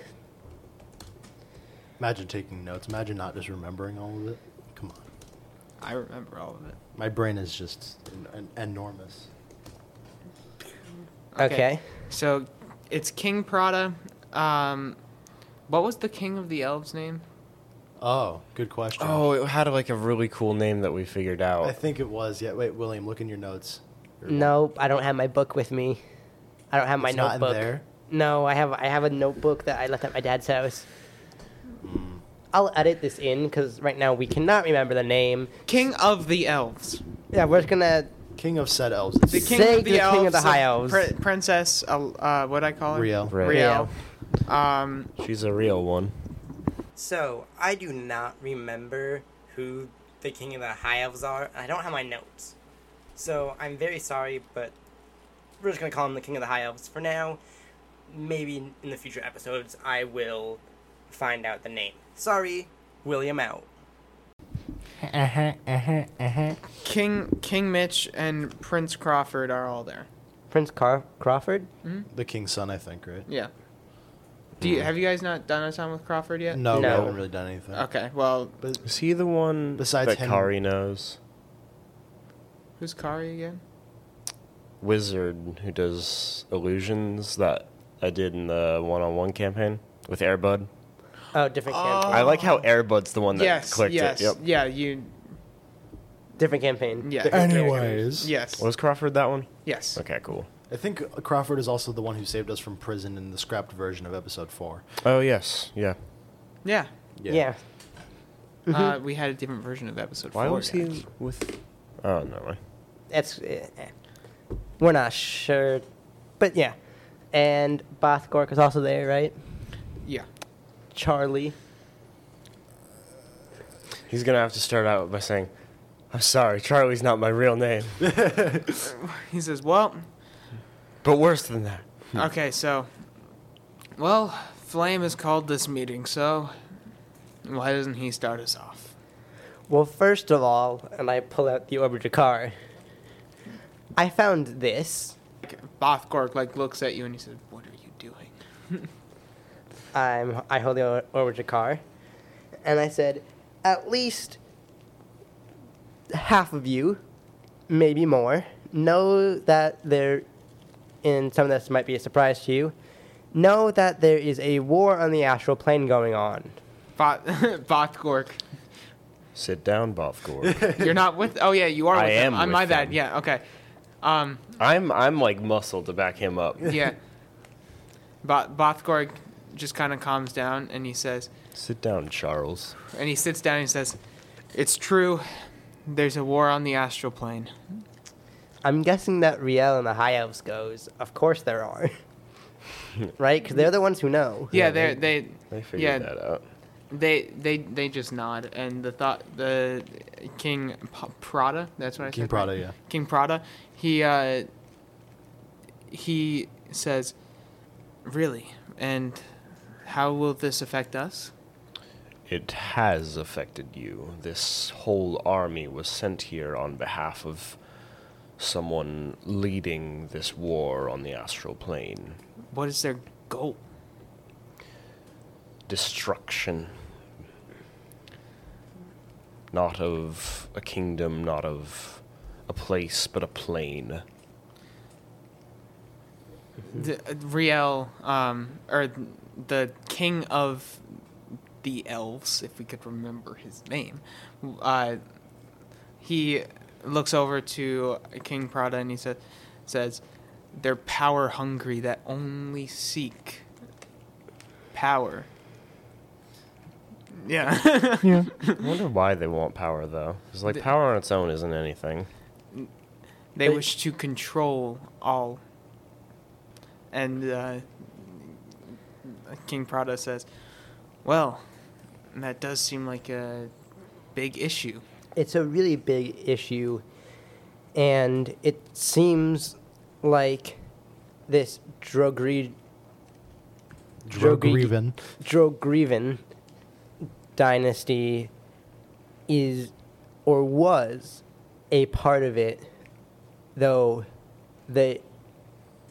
D: Imagine taking notes. Imagine not just remembering all of it. Come on,
B: I remember all of it.
D: my brain is just en- en- enormous.
C: Okay.
B: So, it's King Prada. Um, what was the king of the elves' name?
D: Oh, good question.
A: Oh, it had like a really cool name that we figured out.
D: I think it was. Yeah. Wait, William, look in your notes. Your-
C: No, I don't have my book with me. I don't have my
D: It's not in
C: notebook.
D: there?
C: No, I have I have a notebook that I left at my dad's house. I'll edit this in because right now we cannot remember the name.
B: King of the Elves.
C: Yeah, we're just gonna
D: King of said elves.
B: The king
C: Say
B: of the
C: the king
B: elves.
C: of the high elves.
B: Pri- princess, uh, uh, what I call her?
D: Riel.
A: Riel.
B: Riel. Um,
A: She's a real one.
E: So I do not remember who the king of the high elves are. and I don't have my notes, so I'm very sorry, but we're just gonna call him the king of the high elves for now. Maybe in- in the future episodes I will find out the name. Sorry, William out.
B: King King Mitch and Prince Crawford are all there.
C: Prince Car- Crawford.
D: The king's son, I think, right?
B: Yeah. Do
A: Mm-hmm.
B: you have you guys not done a time with Crawford yet?
D: No, we
C: No.
D: haven't really done anything.
B: Okay. Well,
D: But
A: Is he the one
D: Besides
A: that
D: him-
A: Kari knows?
B: who's Kari again?
A: Wizard who does illusions that I did in the one on one campaign with Airbud.
C: Oh, different campaign.
A: I like how Airbud's the one that
B: yes.
A: clicked
B: yes.
A: it. Yep.
B: Yeah. You.
C: Different campaign.
B: Yeah.
C: Different characters.
B: Yes.
A: Was Crawford that one?
B: Yes.
A: Okay, cool.
D: I think Crawford is also the one who saved us from prison in the scrapped version of episode four.
A: Oh yes, yeah.
B: Yeah.
C: yeah.
B: Uh,
C: Mm-hmm.
B: we had a different version of episode
A: Why
B: four.
A: was he with? Oh no way.
C: That's eh, eh. we're not sure, but yeah. And Both Gork is also there, right?
B: Yeah.
C: Charlie.
A: He's gonna have to start out by saying, "I'm sorry, Charlie's not my real name."
B: He says, "Well,
A: But worse than that,
B: Okay, so, well, Flame has called this meeting, so why doesn't he start us off?
C: Well, first of all, and I pull out the Orbital car. I found this.
B: Like, Bothgorg like looks at you and he says, "What are you doing?"
C: I'm, I hold the Orbital car, and I said, at least half of you, maybe more, know that there, and some of this might be a surprise to you, know that there is a war on the astral plane going on.
B: (laughs) Both Bothgorg,
A: sit down,
B: (laughs)
A: Bofgor.
B: you're not with. Oh yeah, you are.
A: (laughs)
B: With
A: I
B: him.
A: am
B: Uh,
A: with
B: my bad.
A: him.
B: Yeah. Okay. Um.
A: I'm I'm like muscle to back him
B: (laughs)
A: up.
B: Yeah. Bo- Bothgorg just kind of calms down and he says,
A: Sit down, Charles.
B: and he sits down and he says, "It's true. There's a war on the astral plane."
C: I'm guessing that Riel and the High Elves goes, of course there are. (laughs) right? Because they're the ones who know.
B: Yeah, they're, they.
A: They figured
B: Yeah.
A: that out.
B: They they they just nod, and the thought the King P- Prada. That's what I
D: King
B: said. right?
D: Prada, yeah.
B: King Prada. He uh, he says, "Really? And how will this affect us?"
A: It has affected you. This whole army was sent here on behalf of someone leading this war on the astral plane.
B: What is their goal?
A: Destruction. Not of a kingdom, not of a place, but a plane.
B: The uh, Riel, um, or the King of the Elves, if we could remember his name, uh, he looks over to King Prada and he sa- says, "They're power hungry that only seek power." Yeah. (laughs)
C: (laughs)
A: I wonder why they want power, though. Because, like,
B: The-
A: power on its own isn't anything.
B: They wish to control all. And uh, King Prada says, Well, that does seem like a big issue.
C: it's a really big issue, and it seems like this Drogri- Drogri-
D: Drogreven.
C: Drogreven dynasty is or was a part of it, though they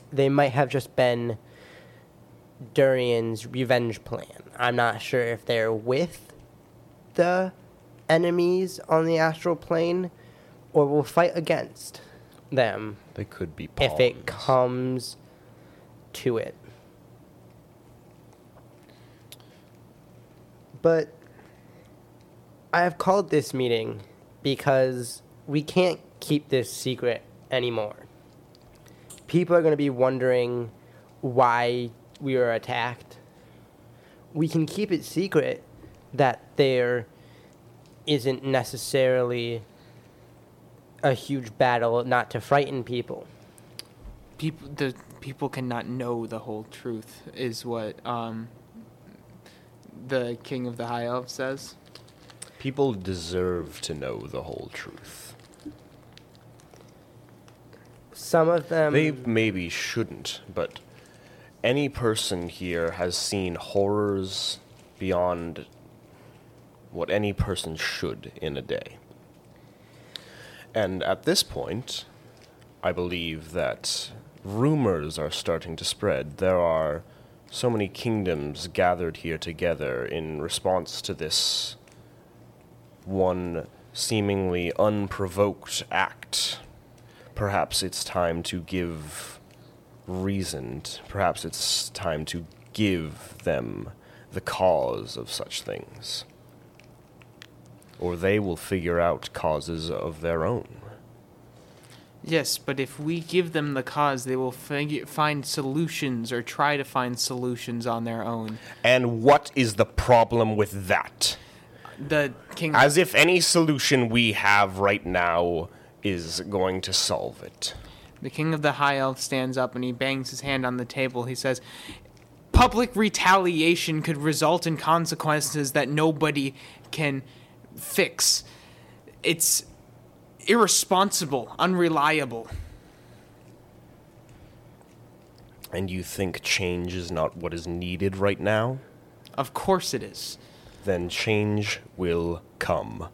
C: they might have just been Durian's revenge plan. I'm not sure if they're with the enemies on the astral plane or will fight against them
A: They could be pawns.
C: if it comes to it. But I have called this meeting because we can't keep this secret anymore. People are going to be wondering why we were attacked. We can keep it secret
F: that there isn't necessarily a huge battle not to frighten people.
B: people the people cannot know the whole truth is what um the king of the high elf says
A: People deserve to know the whole truth.
F: Some of them
A: they maybe shouldn't, but any person here has seen horrors beyond what any person should in a day. And at this point, I believe that rumors are starting to spread. There are so many kingdoms gathered here together in response to this one seemingly unprovoked act. Perhaps it's time to give reasoned. Perhaps it's time to give them the cause of such things. Or they will figure out causes of their own.
B: yes but if we give them the cause they will fig- find solutions or try to find solutions on their own
A: And what is the problem with that?
B: the king
A: As if any solution we have right now is going to solve it.
B: The king of the high elf stands up and he bangs his hand on the table. He says, Public retaliation could result in consequences that nobody can fix. It's irresponsible, unreliable.
A: And you think change is not what is needed right now?
B: Of course it is,
A: Then change will come.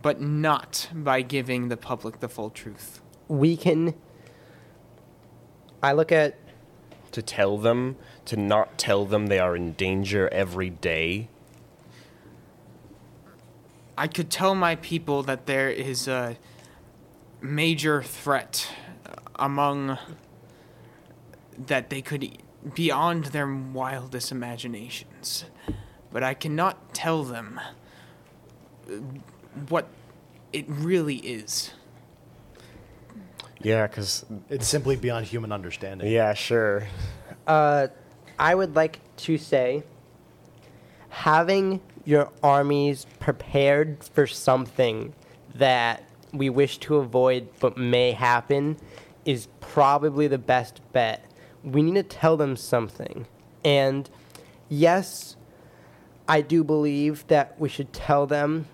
B: but not by giving the public the full truth.
F: we can I look at
A: To tell them, to not tell them they are in danger every day.
B: I could tell my people that there is a major threat among that they could e- beyond their wildest imaginations. But I cannot tell them uh, what it really is.
A: Yeah, because.
D: It's simply beyond human understanding.
A: Yeah, sure.
F: uh, I would like to say having your armies prepared for something that we wish to avoid but may happen is probably the best bet. We need to tell them something. And yes, I do believe that we should tell them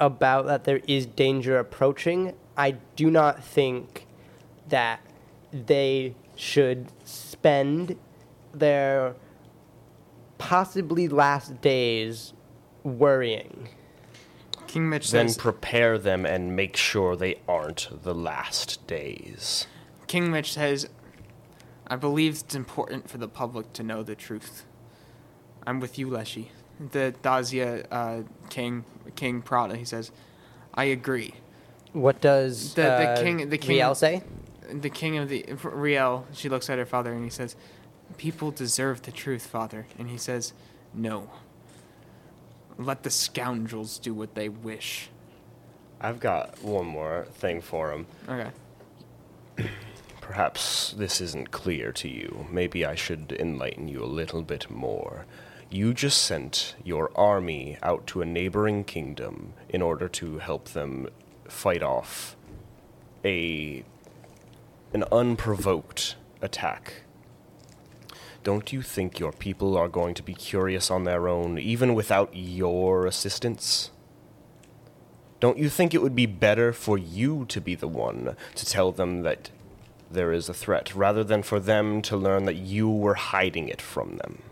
F: about that there is danger approaching. I do not think that they should spend their possibly last days worrying.
B: King
A: (laughs)
B: Mitch
A: Then
B: says
A: prepare them and make sure they aren't the last days.
B: King Mitch says I believe it's important for the public to know the truth. I'm with you, Leshy. The Dazia uh, King King Prada, he says, I agree.
F: What does
B: The- the
F: uh,
B: king- the king-
F: Riel say?
B: the king of the Riel, she looks at her father and he says, "People deserve the truth, father." And he says, "No. Let the scoundrels do what they wish."
A: I've got one more thing for them.
B: Okay.
A: Perhaps this isn't clear to you. Maybe I should enlighten you a little bit more. You just sent your army out to a neighboring kingdom in order to help them fight off a an unprovoked attack. Don't you think your people are going to be curious on their own even without your assistance? Don't you think it would be better for you to be the one to tell them that there is a threat, rather than for them to learn that you were hiding it from them?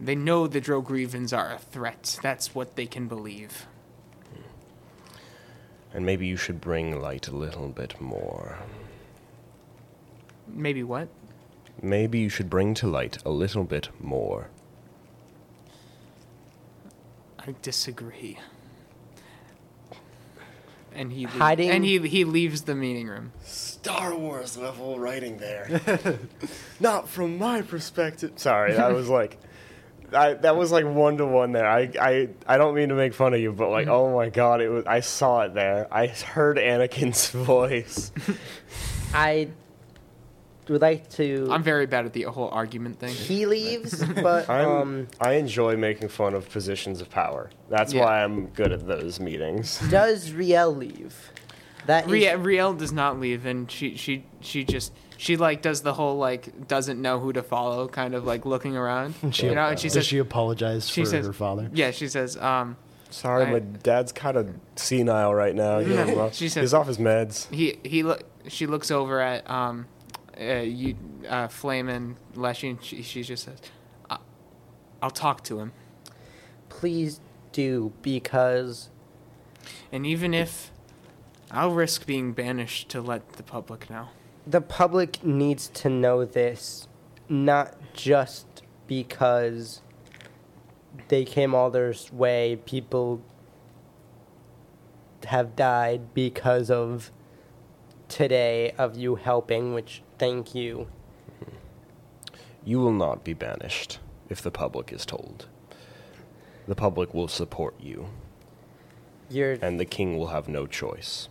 B: They know the Drogrevans are a threat. That's what they can believe.
A: And maybe you should bring light a little bit more.
B: Maybe what?
A: Maybe you should bring to light a little bit more.
B: I disagree. And he le-
F: Hiding-
B: and he he leaves the meeting room.
A: Star Wars level writing (laughs) there. Not from my perspective. Sorry, that (laughs) was like. I, that was like one to one there. I, I I don't mean to make fun of you, but like, oh my god, it was. I saw (laughs) it there. I heard Anakin's voice.
F: I would like to.
B: I'm very bad at the whole argument thing.
F: (laughs)
B: (laughs)
F: he leaves, but
A: I'm,
F: um,
A: I enjoy making fun of positions of power. That's
B: Yeah.
A: why I'm good at those meetings.
F: does Riel leave? That is-
B: Ria- Riel does not leave, and she she she just she like does the whole like doesn't know who to follow kind of like looking around.
D: (laughs) She,
B: you know, and she
D: does
B: says
D: she apologize
B: she
D: for
B: says-
D: her father?
B: yeah, she says um
A: Sorry,
B: I-
A: my dad's kind of senile right now. (laughs) You know, well,
B: She said-
A: he's off his meds.
B: he he look she looks over at um uh, you uh Flame and Leshy, and she she just says, I- "I'll talk to him."
F: please do because
B: And even if I'll risk being banished to let the public know.
F: the public needs to know this, not just because they came all their s- way. People have died because of today of you helping, which thank you.
A: You will not be banished if the public is told. The public will support you,
F: You're
A: and the king will have no choice.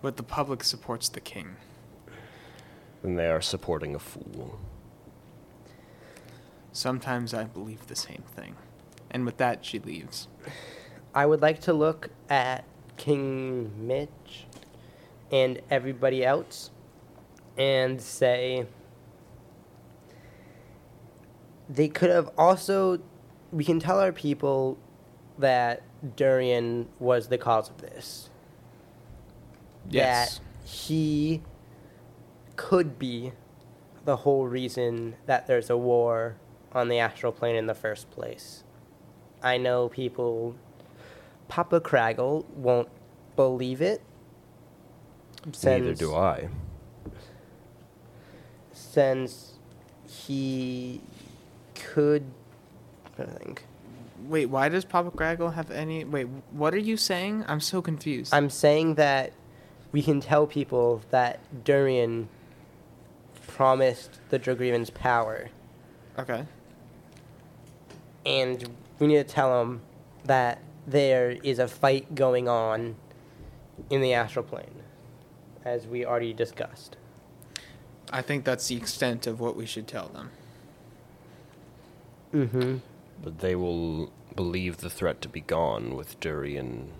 B: But the public supports the king.
A: And they are supporting a fool.
B: Sometimes I believe the same thing. And with that, she leaves.
F: I would like to look at King Mitch and everybody else and say they could have also we can tell our people that Durian was the cause of this.
B: Yes.
F: That he could be the whole reason that there's a war on the astral plane in the first place. I know people. Papa Craggle won't believe it.
A: Neither do I.
F: Since he could. I think.
B: Wait, why does Papa Craggle have any? Wait, what are you saying? I'm so confused.
F: I'm saying that we can tell people that Durian promised the Drogrievans power.
B: okay.
F: and we need to tell them that there is a fight going on in the astral plane, as we already discussed.
B: I think that's the extent of what we should tell them.
F: Mm-hmm.
A: But they will believe the threat to be gone with Durian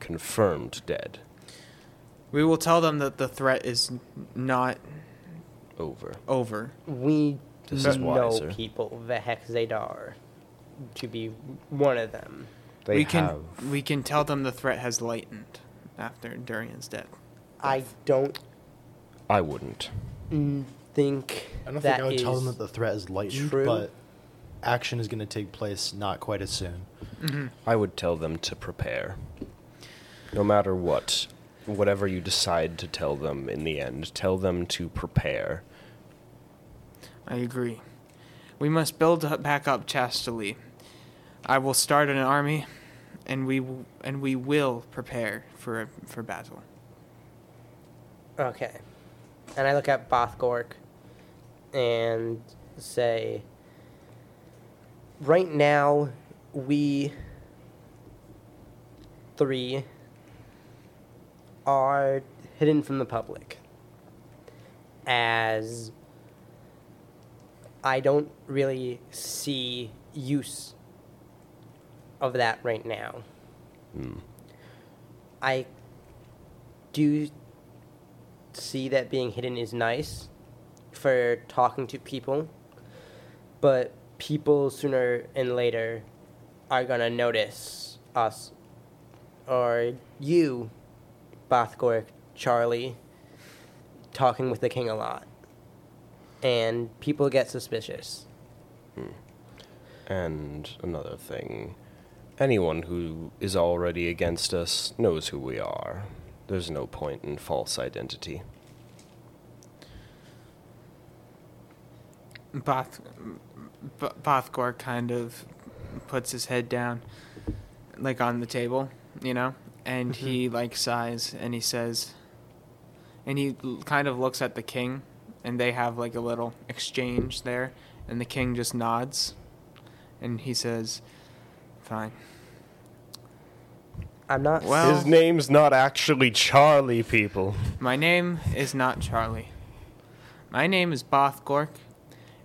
A: confirmed dead.
B: We will tell them that the threat is n- not
A: Over.
B: over.
F: We
A: This is
F: know
A: wiser.
F: people, the Hex Zadar, to be one of them.
A: They
B: we can
A: have.
B: we can tell them the threat has lightened after Durian's death.
F: I don't
A: I wouldn't.
F: mm, think
D: I don't
F: that
D: think I would tell them
F: is-
D: that the threat is lightened,
F: true.
D: but action is going to take place not quite
A: (laughs)
D: as soon.
A: I would tell them to prepare. No matter what, whatever you decide to tell them in the end, tell them to prepare.
B: I agree. We must build up- back up Chastaly. I will start an army, and we w- and we will prepare for for battle.
F: Okay. And I look at Bothgork and say, right now, we three are hidden from the public. As I don't really see use of that right now. I do see that being hidden is nice for talking to people, but people sooner and later are gonna notice us or you, Bothgork, Charlie, talking with the king a lot. And people get suspicious.
A: And another thing anyone who is already against us knows who we are. There's no point in false identity.
B: Both B- Bothgor kind of puts his head down, like on the table, you know, and he like sighs and he says, and he l- kind of looks at the king, and they have like a little exchange there, and the king just nods, and he says, "Fine."
F: I'm not
B: Well-
A: His name's not actually Charlie, people.
B: My name is not Charlie. My name is Both Gork,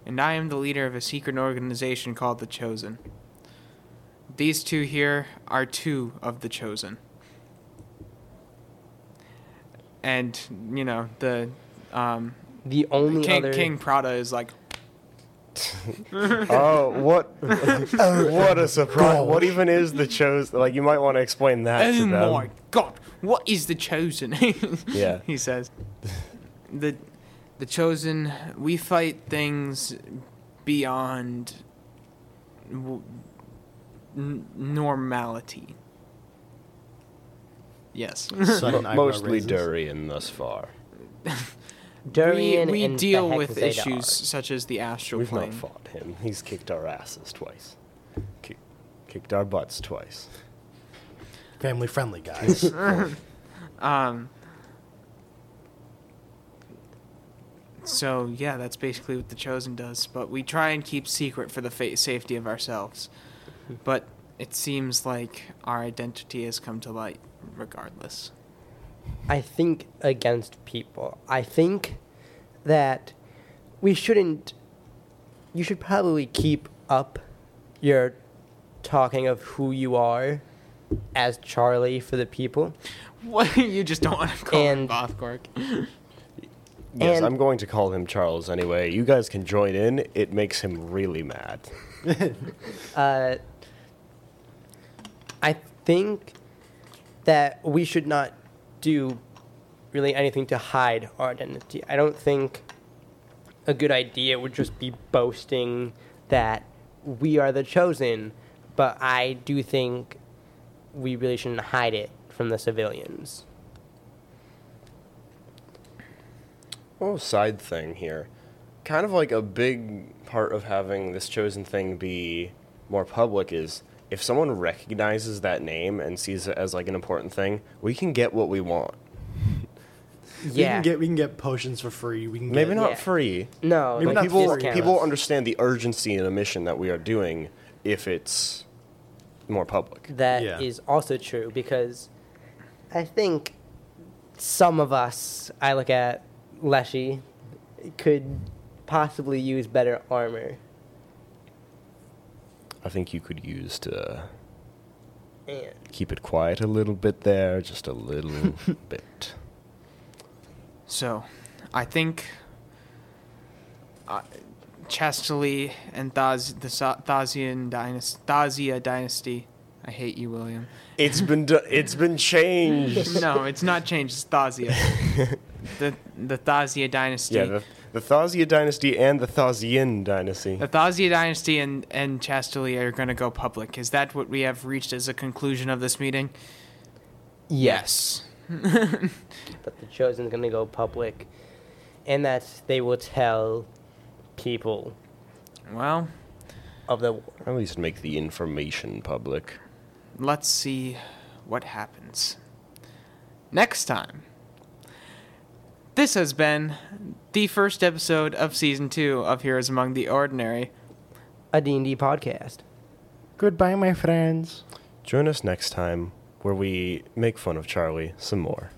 B: and I am the leader of a secret organization called the Chosen. These two here are two of the Chosen. And, you know, the um,
F: The only
B: King,
F: other
B: King Prada is like,
A: Oh, what? what a surprise! What even is the chose? Like, you might want to explain that to
B: oh
A: them.
B: my god, what is the Chosen? (laughs)
A: Yeah.
B: he says. The, the Chosen, we fight things beyond w- n- normality. Yes.
D: Sudden eyebrow
A: Mostly
D: raises.
A: Durian thus far.
F: Durian
B: we we
F: and the
B: deal
F: Hecatomb
B: with
F: Zadar.
B: issues such as the astral
A: We've
B: plane.
A: not fought him. He's kicked our asses twice. Kick, kicked our butts twice.
D: Family
A: (laughs)
D: friendly, guys.
B: Um. So yeah, that's basically what the chosen does. But we try and keep secret for the fa- safety of ourselves. But it seems like our identity has come to light, regardless. (laughs)
F: I think against people. I think that we shouldn't. You should probably keep up your talking of who you are as Charlie for the people.
B: What you just don't want to call
F: And-
B: him Bothcork.
A: Yes,
F: And-
A: I'm going to call him Charles anyway. You guys can join in. It makes him really mad.
F: Uh, I think that we should not do really anything to hide our identity. I don't think a good idea would just be boasting that we are the chosen, but I do think we really shouldn't hide it from the civilians.
A: Oh, side thing here. Kind of like a big part of having this chosen thing be more public is if someone recognizes that name and sees it as like an important thing, we can get what we want.
D: We
F: Yeah.
D: can get we can get potions for free. We can
A: Maybe
D: get,
A: not
F: Yeah.
A: free.
F: no,
D: Maybe
A: But
F: like,
D: not
A: people
D: free.
A: people understand the urgency in a mission that we are doing if it's more public.
F: That is
D: Yeah.
F: also true because I think some of us, I look at Leshy, could possibly use better armor.
A: I think you could use to
F: And
A: keep it quiet a little bit there, just a little bit.
B: So, I think uh, Chastely and Thaz- the Sa- Thazian dynasty, Thazia dynasty. I hate you, William.
A: It's been do- it's been changed.
B: (laughs) no, it's not changed. It's Thazia. the the Thazia dynasty.
A: Yeah,
B: the,
A: the, the Thazia dynasty and the Thazian dynasty.
B: Thazia dynasty and and Chastely are going to go public. Is that what we have reached as a conclusion of this meeting? Yes.
F: but the chosen's gonna go public, and that they will tell people
B: Well,
F: of the war.
A: At least make the information public.
B: let's see what happens next time. This has been the first episode of season two of Heroes Among the Ordinary.
F: A D&D podcast.
D: Goodbye, my friends.
A: Join us next time where we make fun of Charlie some more.